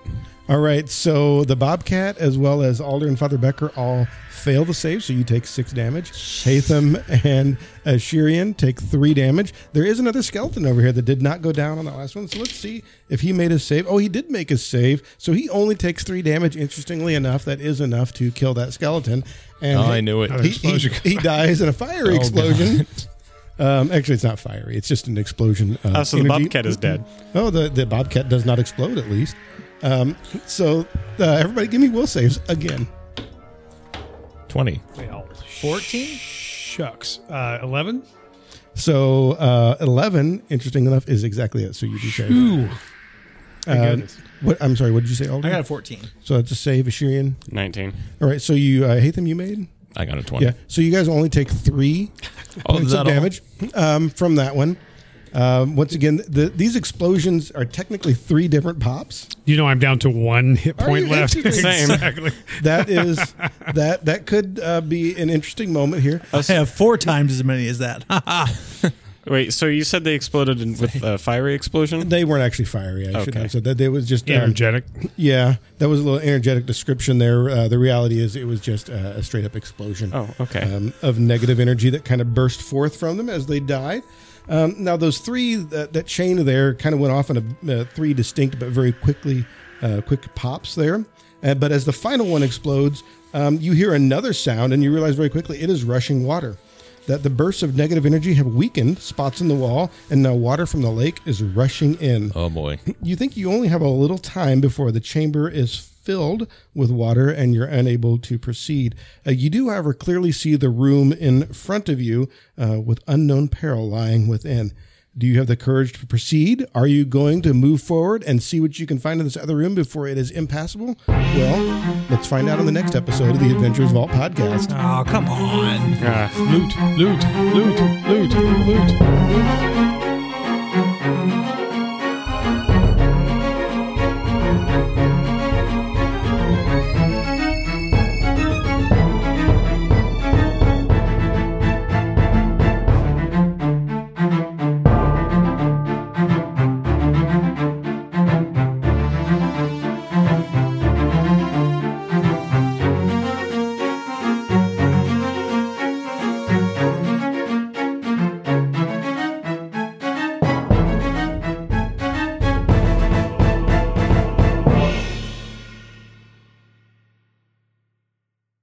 C: all right, so the Bobcat as well as Alder and Father Becker all fail the save, so you take six damage. Hatham and Ashirian take three damage. There is another skeleton over here that did not go down on that last one, so let's see if he made his save. Oh, he did make his save, so he only takes three damage. Interestingly enough, that is enough to kill that skeleton. And
D: Oh, I knew it. Oh,
C: He, he, he dies in a fiery explosion. Um, actually, it's not fiery. It's just an explosion. Of
F: Oh, so the
C: energy.
F: Bobcat is dead.
C: Oh, the, the bobcat does not explode, at least. Um, so uh, everybody, give me will saves again.
D: Twenty.
E: Failed.
A: 14?
E: Shucks. Uh, Eleven.
C: So uh, eleven, interesting enough, is exactly it. So you do save.
E: Ooh. My
C: Uh,
E: goodness.
C: what, I'm sorry. What did you say, Alder?
A: I got a 14.
C: so it's a save, Ashirian.
F: 19.
C: All right. So you uh, hate them. You made.
D: I got a twenty.
C: Yeah. So you guys only take three
D: Oh, is
C: points of
D: that all?
C: damage um, from that one. Um, once again, the, these explosions are technically three different pops.
E: You know I'm down to one hit
C: Are
E: point
C: you
E: left.
C: interested? Same.
E: Exactly.
C: That is that that could uh, be an interesting moment here.
A: I have four times as many as that. Ha ha.
F: Wait, so you said they exploded in, with a fiery explosion?
C: They weren't actually fiery. I should
F: Okay.
C: have said that. They was just um,
E: Energetic.
C: Yeah, that was a little energetic description there. Uh, the reality is, it was just uh, a straight up explosion.
F: Oh, okay.
C: Um, of negative energy that kind of burst forth from them as they died. Um, now, those three that, that chain there kind of went off in a uh, three distinct but very quickly, uh, quick pops there. Uh, but as the final one explodes, um, you hear another sound and you realize very quickly it is rushing water. That the bursts of negative energy have weakened spots in the wall, and now water from the lake is rushing in.
D: Oh boy.
C: You think you only have a little time before the chamber is filled with water and you're unable to proceed. Uh, you do, however, clearly see the room in front of you uh, with unknown peril lying within. Do you have the courage to proceed? Are you going to move forward and see what you can find in this other room before it is impassable? Well, let's find out on the next episode of the Adventures Vault podcast.
A: oh, come on.
E: Loot. Loot. Loot. Loot. Loot.